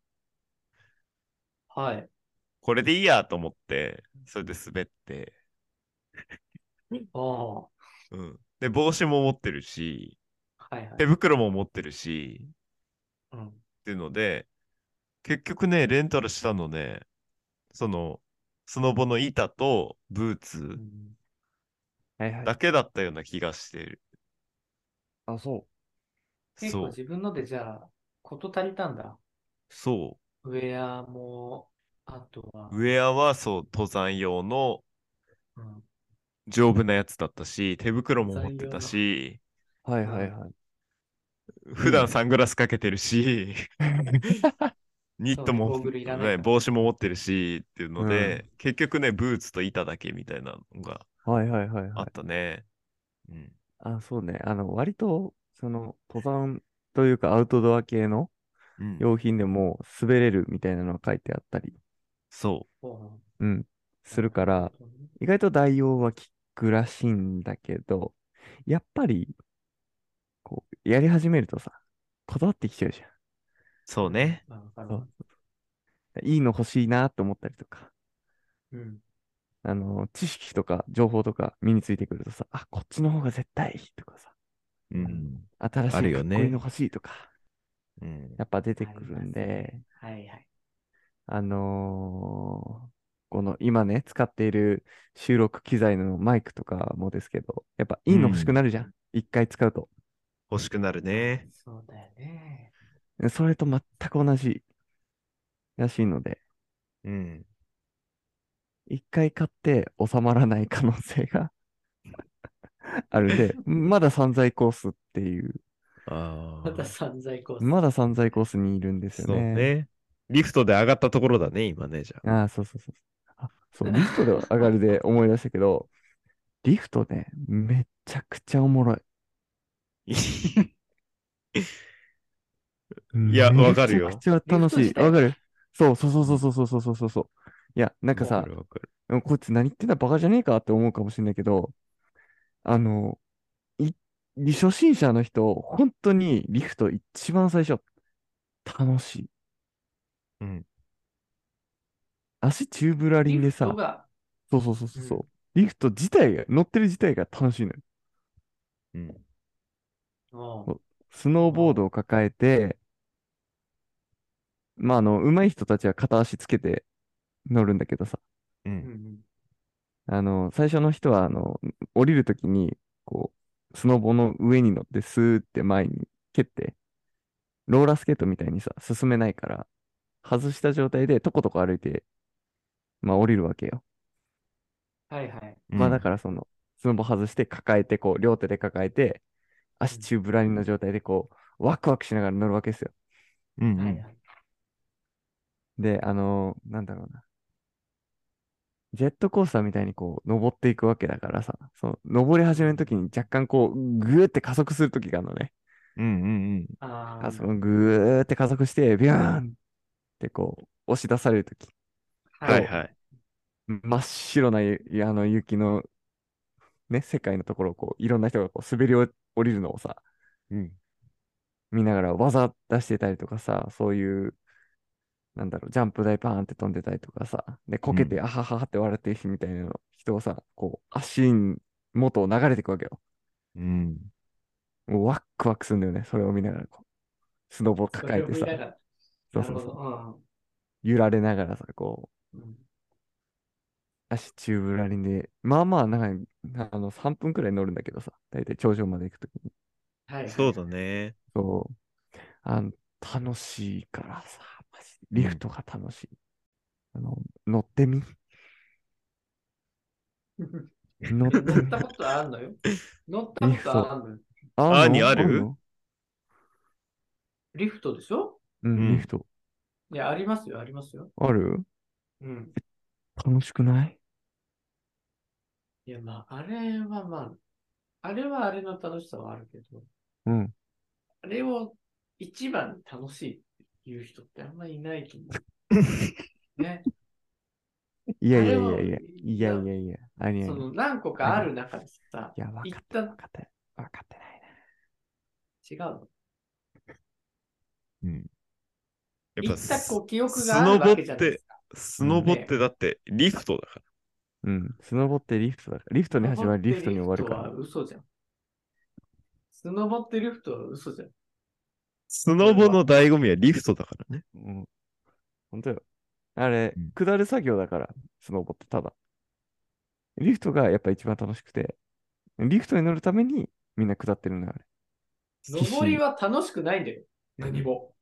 C: はい。
B: これでいいやと思って、それで滑って、
C: おお
B: うん。で、帽子も持ってるし、
C: ー。はいはい。
B: 手袋も持ってるし、
C: うん。
B: っていうので、結局ね、レンタルしたのね、その、スノボの板とブー
C: う
B: ツ
C: ん
A: はいはい。
B: だけだったような気がしてる。
A: あ、そ
C: 結
B: そ
C: 構
B: う、
C: 自分のでじゃあ、こと足りたんだ。
B: そ
C: ウェアも、あとは、
B: う。ウェアはそう、登山用の
C: うん、
B: 丈夫なやつだったし、手袋も持ってたし、
A: う。はい
C: はい
A: はい。
B: 普段サングラスかけてる
C: <laughs>
B: し、ニットも
C: そうねゴーグルいらないから
B: 帽子も持ってるしっていうので、結局ね、ブーツと板だけみたいなのが
A: はいはいはい
B: あ
A: は
B: っ
A: い。
B: たね。うん。
A: あ、そうね。あの、割と、その、登山というかアウトドア系の
B: うん、
A: 用品でも滑れるみたいなのが書いてあったり、
B: そ
C: お
A: うん、するから、
C: ー
A: 意外と代用は効くらしいんだけど、やっぱり、こう、やり始めるとさ、こだわってきちゃうじゃん。
B: う。そうね。
C: まあわかる
A: そ
C: わ
A: ういいの欲しいなと思ったりとか、
C: うん。
A: あの、知識とか情報とか身についてくるとさ、あ、こっちの方が絶対いいとかさ、
B: うん。
A: 新し
B: ある
A: いか
B: よ
A: っこ
B: ね
A: いいの欲しいとか、
B: うん。
A: やっぱ出てくるんで、
C: はいはい。
A: あのーこの今ね、使っている収録機材のマイクとかもですけど、やっぱいいの欲しくなるじゃん。一回使うと。
B: 欲しくなるね。
C: そうだよね。
A: それと全く同じらしいので、
B: うん。
A: 一回買って収まらない可能性が <laughs> あるんで、まだ散財コースっていう、
B: あ
C: また散財コース。
A: まだ散財コースにいるんですよ
B: そうね。リフトで上がったところだね、今ね、じ
C: <laughs>
B: ゃあ。
A: ああ、そうそうそうそう。あ、そう、リフトで上がるで思い出したけど、 <laughs> リフトね、めちゃくちゃおもろい。
B: いやわかるよ
A: めちゃくちゃ楽し
C: リ
A: い
C: フ。ト自体
A: わかる。そうそうそうそうそうそうそうそうそう。いや、なんか
B: わ
A: さ
B: る、わかる
A: うんこいつ何言ってんだバカじゃねえかって思うかもしれないけど、あの、い、初心者の人、本当にリフト一番最初、楽しい。
B: うん。
A: 足チューブラリンでさ
C: リフト、が
A: そうそうそうそうそうう。リフト自体が、乗ってる自体が楽しいのよ。
B: うん。
C: もう、
A: スノーボードを抱えて、まあ、あの、上手い人たちは片足つけて乗るんだけどさ、
B: う
C: うん
B: ん。
A: あの、最初の人は、あの、降りるときに、こう、スノボの上に乗ってスーって前に蹴って、ローラースケートみたいにさ、進めないから、外した状態でとことこ歩いて、まあ、降りるわけよ。
C: うん、はいはい。
A: まあだからその、スノボ外して抱えて、こう、両手で抱えて、足宙ぶらりの状態で、こう、ワクワクしながら乗るわけですよ。
E: うんうん
C: はいはい。
A: で、あのーなんだろうな。ジェットコースターみたいにこう、登っていくわけだからさ、その、登り始めの時に若干こう、ぐーって加速する時があるのね。
E: うんうん
C: あ
A: あそ
C: ー
A: こぐーって加速して、ビューンってこう、押し出される時。
E: うん。はいはい。
A: 真っ白なゆ、あの、雪の、ね、世界のところをこう、いろんな人がこう、滑り降りるのをさ、
B: うん。
A: 見ながら技出してたりとかさ、そういう、なんだろう、ジャンプ台パーンって飛んでたりとかさ、で、こけて、あはははって笑ってる人みたいなの人をさ、こう、足に元を流れていくわけよ。
E: うん。
A: もうワックワクするんだよね、それを見ながら、こう、スノボ
C: そ
A: 抱え
C: れを
A: て
C: 見
A: さ、
C: ながら
A: そう
C: な
A: そ
C: る
A: う
C: ほ
A: そう、
C: ど。
A: 揺られながらさ、こう、
C: うんうん
A: 足宙ぶらりんで、まあまあ、なんか、あの、3分くらい乗るんだけどさ、だいたい頂上まで行くときに、
C: はいはい
B: そうだね。
A: そう、あの、楽しいからさ、マジでリフトが楽しい。あの、乗ってみ乗って
C: 乗っ
A: み
C: たことあんのよ。乗ったことあんのよ。
A: あ
B: あ
A: ん
B: に
A: の
B: ある
A: んの
C: リフトでしょ
A: うん、
B: う
A: リ
B: ん
A: フト。
C: いや、ありますよ、ありますよ。
A: ある
C: うん。
A: 楽しくない
C: いや、まあ、あれはまあ、あれはあれの楽しさはあるけど、
A: うん。
C: あれを一番楽しいっていう人ってあんまいないと思う。ね。
A: いやいや
C: あれはい
A: やいやいやいやいや、あにあ
C: そ
A: に。
C: の何個かある中でさ
A: い、や、わかっ
C: 一
A: て、わ
C: 旦
A: かって、わかってない
C: 違うの。
B: やっぱ
C: 一旦
B: ス
C: こう記憶があるわけじゃないですか。
B: スノボってだってリフトだか
A: な。うん。スノボってリフトだから。リフトに始まり、リフトに終わるか
C: スノ
A: ら
C: ボって。リフトは嘘じゃん。スノボってリフトは嘘じゃん。
B: スノボの醍醐味はリフトだからね。
A: うん。本当よ。あれ
B: うん、
A: 下る作業だから、スノボってただ。リフトがやっぱ一番楽しくて、リフトに乗るためにみんな下ってるのよ、あれ。
C: 登りは楽しくないんだよ。何
A: <laughs>
C: も。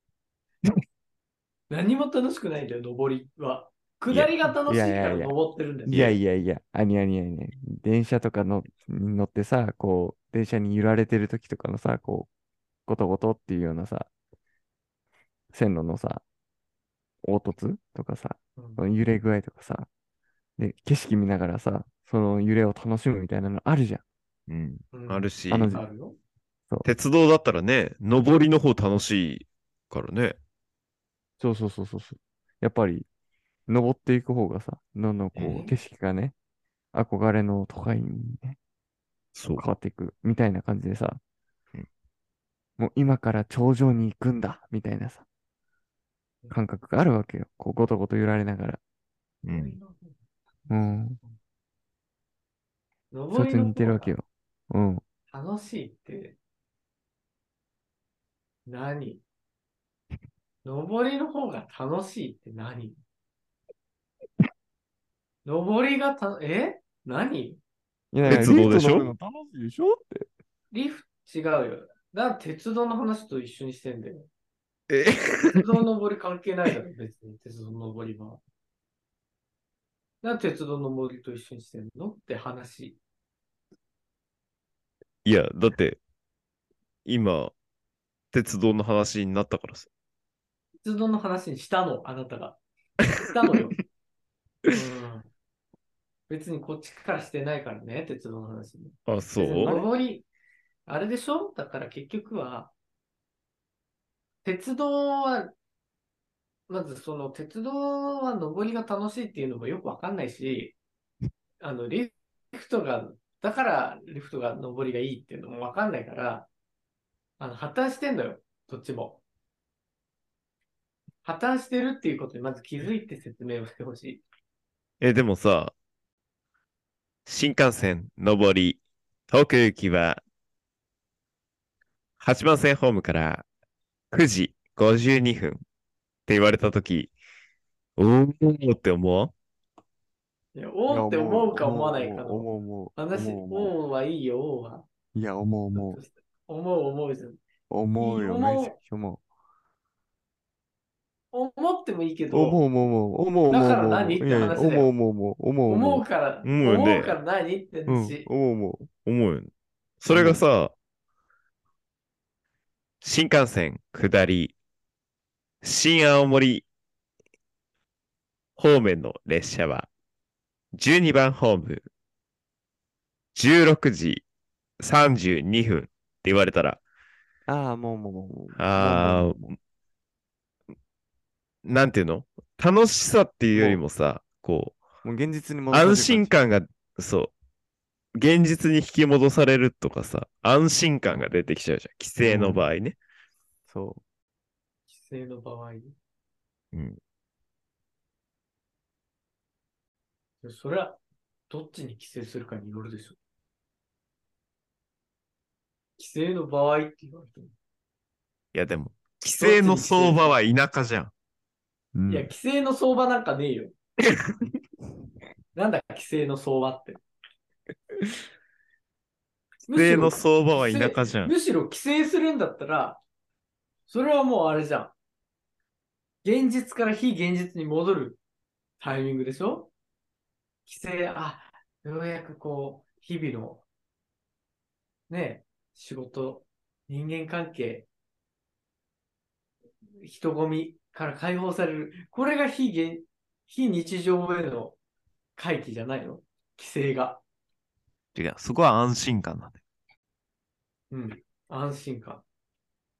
C: 何も楽しくないんだよ、登りは。下りが楽しいか
A: いやい
C: ら
A: やいや
C: 登ってるんだよ。
A: いやいやいや、あにあにあにあに。電車とかのに乗ってさ、こう、電車に揺られてる時とかのさ、こう、ゴトゴトっていうようなさ、線路のさ、凹凸とかさ、
C: うん
A: その揺れ具合とかさ、で、景色見ながらさ、その揺れを楽しむみたいなのあるじゃん。
E: うん。
C: うん
B: あるし
A: あ、の
C: あるよ。
B: 鉄道だったらね、上りの方楽しいからね。
A: そうそうそうそうそう。やっぱり、登っていく方がさ、どんどんこ
C: うん
A: う、景色がね、憧れの都会にね、
B: そう。
A: 変わっていくみたいな感じでさ、
B: うん
A: もう今から頂上に行くんだみたいなさ、感覚があるわけよ。こうごとごと揺られながら。
B: うん。
A: うん。そ
C: 登
A: れ
C: り
A: と
C: の
A: 似てるわけよ。うん。
C: 方が楽しいって。何登りの方が楽しいって何登りがた、え何
A: いやだから
B: 鉄道でし
A: リフト
B: ょ
A: 乗るの楽しいでしょって。
C: リフ、違うよ。なんで鉄道の話と一緒にしてんだよ。
B: え <laughs>
C: 鉄道登り関係ないだろ、別に、鉄道登りは。なんで鉄道登りと一緒にしてんのって話。
B: いや、だって、今、鉄道の話になったからさ。
C: 鉄道の話にしたの、あなたが。したのよ。うん、別にこっちからしてないからね、鉄道の話に。
B: あ、そう
C: 別に登り、あれでしょだから結局は、鉄道は、まずその鉄道は登りが楽しいっていうのもよくわかんないし、あの、リフトが、だからリフトが登りがいいっていうのもわかんないから、あの、破綻してんだよ、どっちも。破綻してるっていうことにまず気づいて説明をしてほしい。
B: え、でもさ、新幹線上り、東京行きは
D: 8番線ホームから9時52分って言われたとき、おーって思う
C: いや、おーって思うか思わない
A: 思
C: かの。
A: う思う。
C: 私、
A: 思う思う
C: おーはいいよ、おーは。
A: いや、思う思う。
C: 思う思うじゃん。
A: 思うよ、
C: 思う
A: めちゃくちゃ思う。
C: 思ってもいいけど、
A: 思う思う思う。思う思う思う。
C: だから何って
A: いやいや
C: 話だよ
A: 思う思う思う。思う
C: 思
A: 思
C: う
A: う。
C: から、
D: 思うよね
C: 思うから何って
A: うん
C: 話。
A: 思う思う。
D: 思うよね。それがさ、新幹線下り、新青森方面の列車は、12番ホーム、16時32分って言われたら、
A: ああ、もうもうもうもう。
D: あーなんていうの楽しさっていうよりもさ、こ
A: もう現実に
D: う、
A: 戻される
D: 安心感が、そう、現実に引き戻されるとかさ、安心感が出てきちゃうじゃん。規制の場合ね。
A: そ
C: 規制の場合。
D: うん。
C: それは、どっちに規制するかによるでしょ。規制の場合って言われても。
D: いや、でも、規制の相場は田舎じゃん。
F: うん
C: いや、規制の相場なんかねえよ。なんだ、規制の相場って。
D: 規制の相場は田舎じゃん。
C: むしろ規制するんだったら、それはもうあれじゃん。現実から非現実に戻るタイミングでしょ規制、あ、ようやくこう、日々の、ねえ、仕事、人間関係、人混みから解放される。これが非現、非日常への回帰じゃないの規制が。
B: 違う、そこは安心感なんだよ。
C: うん。安心感。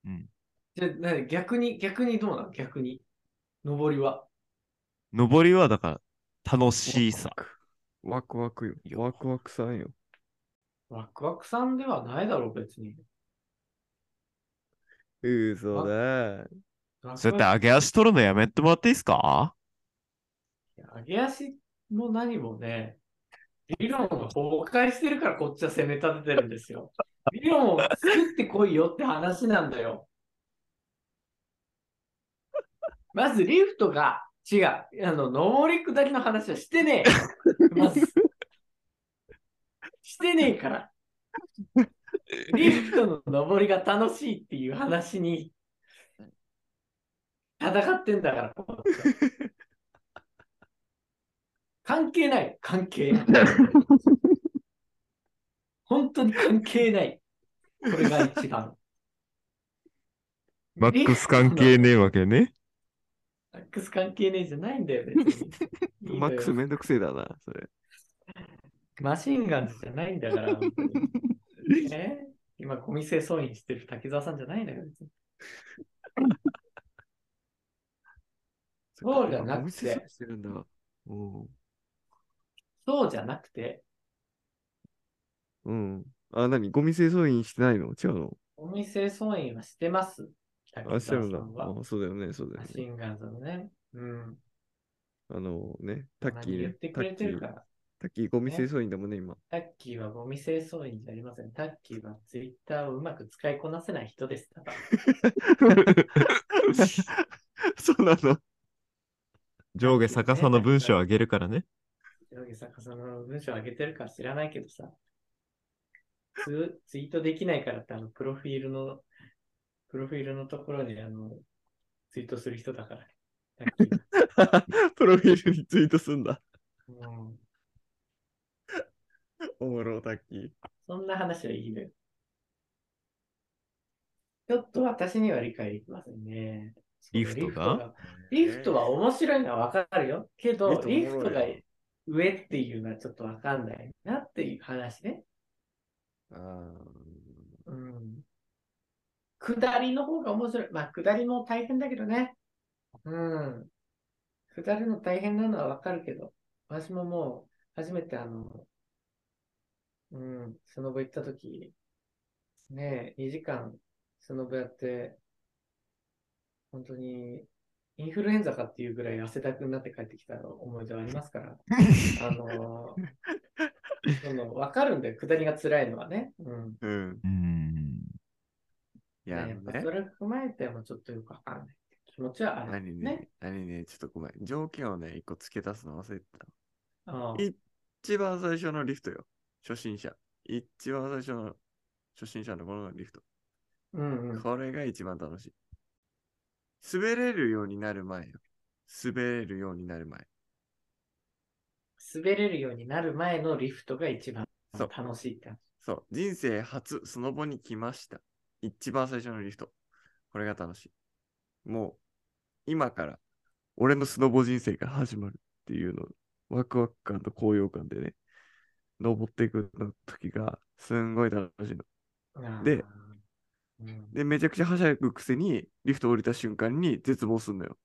B: うん。
C: じゃあ、なに逆に、逆にどうなん逆に。上りは。
B: 登りはだから、楽
A: う。
B: しさ。
A: ワクワク。ワクワクよ。ワクワクさんよ。
C: ワクワクさんではないだろう、別に。
A: 嘘だ。
C: ワ
B: そう
C: クワ
B: や
C: ク
B: って上げ足取るのやめてもらっていいですか
C: 上げ足も何もね、理論が崩壊してるからこっちは攻め立ててるんですよ。理論を作ってこいよって話なんだよ。まずリフトが違う。あの、上り下りの話はしてねえ。まず。してねえから。リフトの上りが楽しいっていう話に戦ってんだから、こっちは関係ない、関係ない。本当に関係ない。これが一番。
D: マックス関係ねえわけね。
C: マックス関係ねえじゃないんだよ、別に。いいのよ
A: <laughs> マックスめんどくせえだな、それ。
C: マシンガンズじゃないんだから。本当
A: <laughs>
C: にね、今、ゴミ清掃員してる滝沢さんじゃないのよ、別に。そうじゃなくて
A: お店探してるんだ。うん。
C: そうじゃなくて、
A: うん。あ、なにゴミ清掃員してないの違うの
C: ゴミ清掃員はしてます。滝
A: あ、
C: 沢
A: し
C: さ
A: てるんだ。
C: んは。
A: あ、そうだよね、そうだよ
C: マ
A: ね。
C: シンガンズのね。うん。
A: あのね、タッキ
C: 何
A: ー
C: 言っ
A: ね。
C: て
A: タ
C: くれ
A: ッキ
C: てるか
A: ー、
C: ら。
A: タッキーゴミ清掃員だもんね、 <laughs> 今。
C: タッキーはゴミ清掃員じゃありません。タッキーはツイッターをうまく使いこなせない人です。ただ、
A: そうなの。
D: <laughs> 上下逆さの文章をあげるからね。
C: 広げ坂さんの文章を上げてるか知らないけどさ。ツツイートできないからって、あの、プロフィールの、プロフィールのところに、あの、ツイートする人だから。タッキーは
A: プロフィールにツイートすんだ。
C: うん
A: おもろ、タッキー。
C: そんな話はいいのよ。ちょっと私には理解できませんね。
D: リフトが
C: リフトは面白いのはわかるよ。けど、リ
A: リ
C: フ
A: フ
C: ト
A: トおもろいな
C: が上っていうのはちょっとわかんないなっていう話ね。
A: あー
C: うん。下りの方が面白い。まあ、下りも大変だけどね。うん。下りの大変なのはわかるけど、私ももう、初めてあの、うん、スノボ行った時、ねえ、2時間スノボやって、本当に、インフルエンザかっていうぐらい汗だくになって帰ってきた思い出はありますから、あの <laughs> その、わかるんだよ、下りが辛いのはね。うん。
A: うん。
B: うん。
A: いや、あ
C: ね
A: の
C: やっぱ
A: ね
C: そ、れ踏まえてもちょっとよくわかんない。気持ちはある
A: 何
C: ね。
A: ね、何ね、ちょっとごめん。条件をね、一個付け出すの忘れてた。
C: うん
A: い一番最初のリフトよ。初心者。一番最初の初心者のもののリフト。
C: うんうん。
A: これが一番楽しい。滑れるようになる前よ。滑れるようになる前。
C: 滑れるようになる前のリフトが一番
A: そう
C: 楽しいって話。
A: そう。人生初、スノボに来ました。一番最初のリフト。これが楽しい。もう、今から、俺のスノボ人生が始まるっていうの、ワクワク感と高揚感でね、登っていく時が、すんごい楽しいの。
C: うん
A: で、
C: うん
A: で、めちゃくちゃはしゃぐくせに、リフト降りた瞬間に絶望すんのよ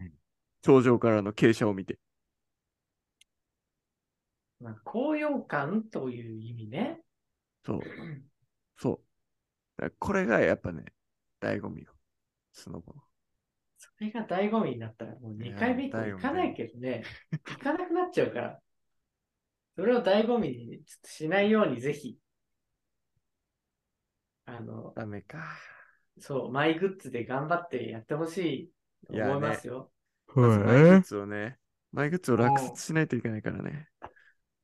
B: うん。
A: 頂上からの傾斜を見て。
C: まあ、高揚感という意味ね。
A: そう。そう。だからこれがやっぱね、醍醐味よ。スノボの。
C: それが醍醐味になったらもう2回目以降
A: いや
C: 行かないけどね、
A: <laughs>
C: 行かなくなっちゃうから。それを醍醐味にちょっとしないようにぜひ、あの、
A: ダメか。
C: そう、マイグッズで頑張ってやってほしいと
A: いや
C: 思い
A: ね
C: ますよ。
A: まずマイグッズをね、マイグッズを落札しないといけないからね。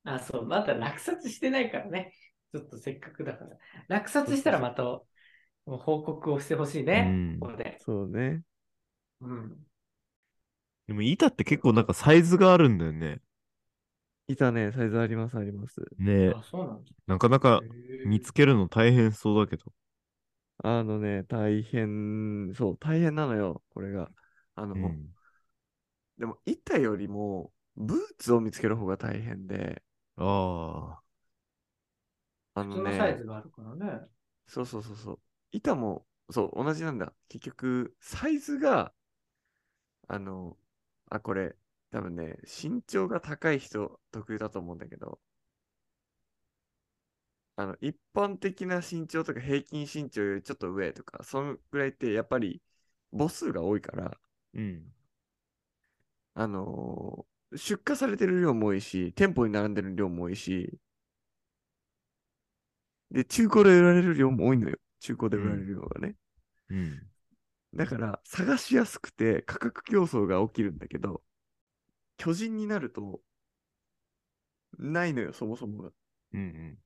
C: あ、そう、まだ落札してないからね。ちょっとせっかくだから。落札したらまたもう報告をしてほしいね。
D: うん
C: ここで。
A: そうね。
C: うん。
D: でも板って結構なんかサイズがあるんだよね。
A: 板ね、サイズあります、あります。
D: ね
C: あ、そうなんだ。
D: なかなか
C: へー
D: 見つけるの大変そうだけど。
A: あのね、大変、そう、大変なのよ、これが。あの、
D: うん
A: でも板よりも、ブーツを見つける方が大変で、
D: ああ。
A: あ
C: 普
A: の
C: 通の
A: ね、
C: サイズがあるからね。
A: そうそうそうそう。板も、そう、同じなんだ。結局、サイズが、あの、あ、これ、多分ね、身長が高い人特有だと思うんだけど、あの、一般的な身長とか平均身長よりちょっと上とか、そのぐらいってやっぱり母数が多いから、
D: うん。
A: あのー出荷されてる量も多いし、店舗に並んでる量も多いし、で、中古で売られる量も多いのよ。中古で売られる量がね。
D: うん。
A: だから、探しやすくて価格競争が起きるんだけど、巨人になると、ないのよ、そもそもが。
D: うんうん。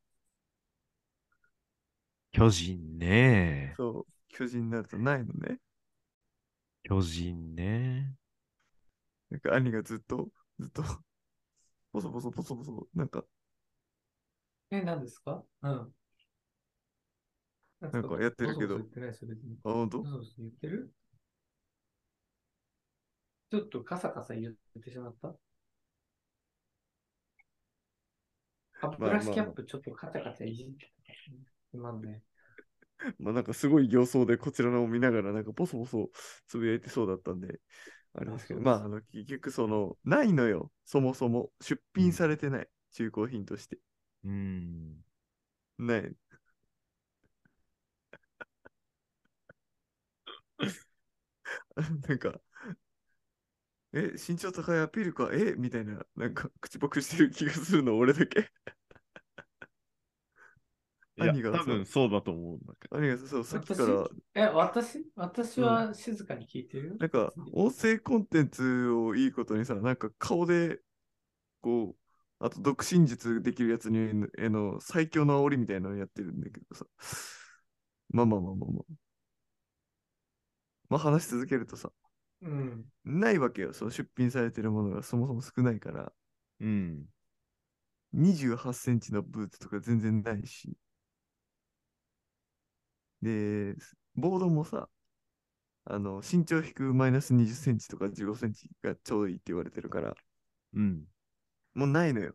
D: 巨人ね。
A: そう、巨人になるとないのね。
D: 巨人ね。
A: なんか兄がずっと、ずっと、ポソポソポソポソ、なんか、
C: え、何ですかうん。なん
A: なんかやってるけど
C: ボソボソ言ってないですよ別に
A: あ、ほんと
C: ボソボソ言ってるちょっとカサカサ言ってしまったカップラスキャップちょっとカチャカチャいじってた。今のね。
A: まあなんかすごい形相でこちらのを見ながらなんかボソボソつぶやいてそうだったんで、あれですけど、
C: あ
A: ま
C: そう
A: ああの結局その、ないのよ、そもそも。出品されてない、中古品として。
D: うん。
A: ない。なんか、え、身長高いアピールか、えみたいな、なんか口パクしてる気がするの、俺だけ。
D: いや、
A: 兄が
D: 多分そうだと思うんだけ
A: ありがとう、そう、さっきから、
C: え、私私は静かに聞いてる、
A: なんか
C: 別に、
A: 音声コンテンツをいいことにさ、なんか顔で、こう、あと独身術できるやつにへの最強の煽りみたいなのやってるんだけどさ。まあまあまあまあまあ。まあ話し続けるとさ、
C: うん。
A: ないわけよ。その出品されてるものがそもそも少ないから、
D: ど。うん。
A: 28センチのブーツとか全然ないし。で、ボードもさ、あの、身長引くマイナス20センチとか15センチがちょうどいいって言われてるから、
D: うん。
A: もうないのよ。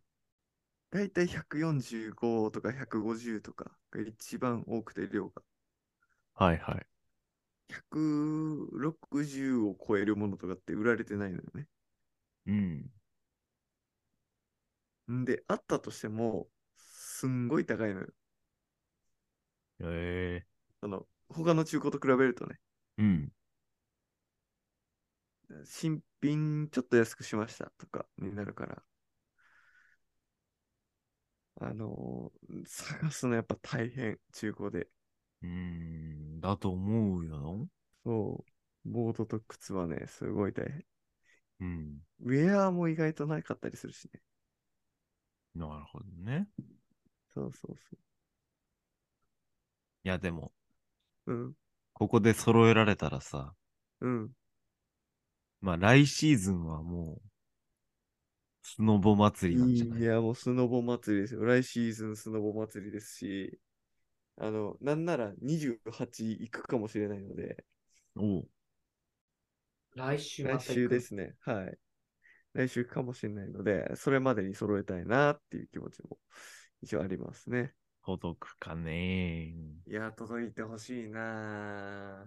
A: だいたい145とか150とかが一番多くて量が。
D: はいはい。
A: 160を超えるものとかって売られてないのよね。
D: うん。
A: んで、あったとしても、すんごい高いのよ。
D: ええ
A: その、他の中古と比べるとね。
D: うん。
A: 新品ちょっと安くしましたとかになるから。あのー探すのやっぱ大変、中古で。
D: うーん。
B: だと思うよ。
A: そう。ボードと靴はね、すごい大変。
B: うん。
A: ウェアも意外となかったりするしね。
B: なるほどね。
A: そうそうそ
B: いや、でも、
A: う。うん。
B: ここで揃えられたらさ、
A: うん。
B: まあ来シーズンはもう、スノボ祭りなんじゃない
A: いや、もうスノボ祭りですよ。来シーズンスノボ祭りですし、あの、なんなら28行くかもしれないので、
B: おう
C: 来週また
A: 来
C: 行く
A: 週ですね。はい。来週かもしれないので、それまでに揃えたいなっていう気持ちも一応ありますね。
B: 届くかね
A: いや、届いてほしいなぁ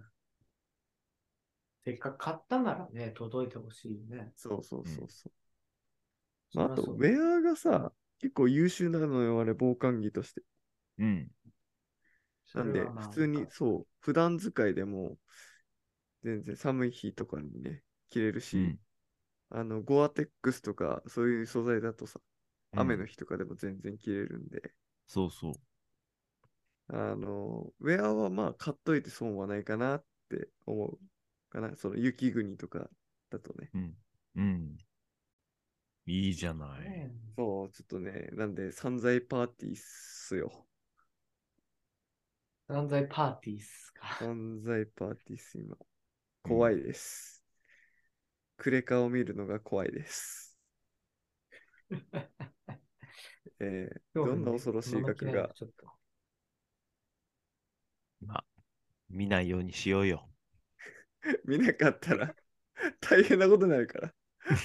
C: せっかく買ったならね、届いてほしいね。
A: そうそうそうそう。
C: そ
A: まあ、
C: りゃ
A: あと、
C: そう
A: ウェアがさ、結構優秀なのよ、あれ、防寒着として。
B: うん。
C: そ
A: なん
C: れ
A: で、
C: はまあ
A: 普通に、そう、普段使いでも、全然寒い日とかにね、着れるし、
B: うん
A: あの、ゴアテックスとか、そういう素材だとさ、雨の
B: 日。
A: 日とかでも全然着れるんで、
B: そうそう。
A: あの、ウェアはまあ、買っといて損はないかなって思うかな。その、雪国とかだとね。
B: うん。うん。いいじゃない。
C: ね
A: そう、ちょっとね、なんで、散財パーティーっす
C: <laughs>
A: よ。
C: 犯罪パーティーっすか。
A: 犯罪パーティーっす、今。怖いです。クレカを見るのが怖い
C: <laughs>
A: です。えーどんな恐ろしい額が
C: ちょっと
B: まあ、見ないようにしようよ。
A: 見なかった
C: <laughs>
A: ら大変なことになるから。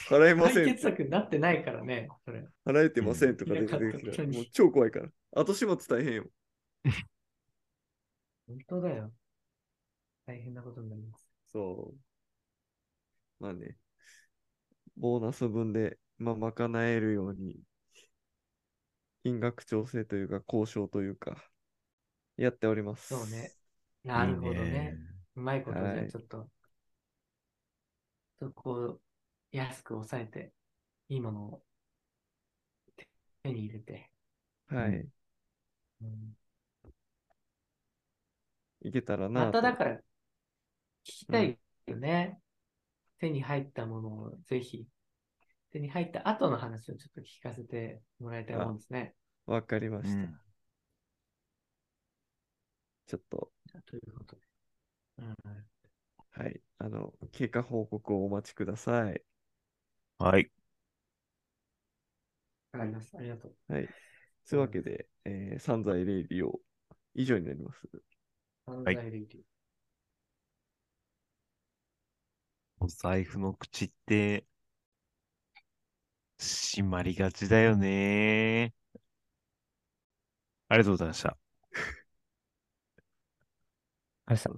A: 払えませ
C: 解
A: ん
C: 決。策になってないからね、それ。
A: 払えてませんとか出てく
C: 見なか
A: る
C: っ
A: か
C: た
A: ら。
C: のに
A: もう超怖いから。後始末大変よ。
C: 本当だよ。大変なことになります。
A: そう。まあね。ボーナス分で、まあ、賄えるように、金額調整というか、交渉というか、やっております。
C: そうね。なるほど
B: いい
C: ね。うまいことじゃ
A: は
C: あ
A: い
C: ちょっと、そこを安く抑えて、いいものを手に入れて、
A: はい。
C: うん
A: いけたらな
C: ま
A: と。
C: ただから、聞きたいよね。手に入ったものをぜひ、手に入った後の話をちょっと聞かせてもらいたいもんですね。
A: わかりま
B: う
A: した。
B: ん。
A: ちょっと、
C: ということで。うん、
A: はい。あの、経過報告をお待ちください。
B: はい。
C: わかりました。ありがとう。
A: というわけで、えー、散財レイディオ、以上になります。
C: 犯
B: い
C: 罪類理
B: お財布の口って、閉まりがちだよね。ありがとうございました。
D: あれさ、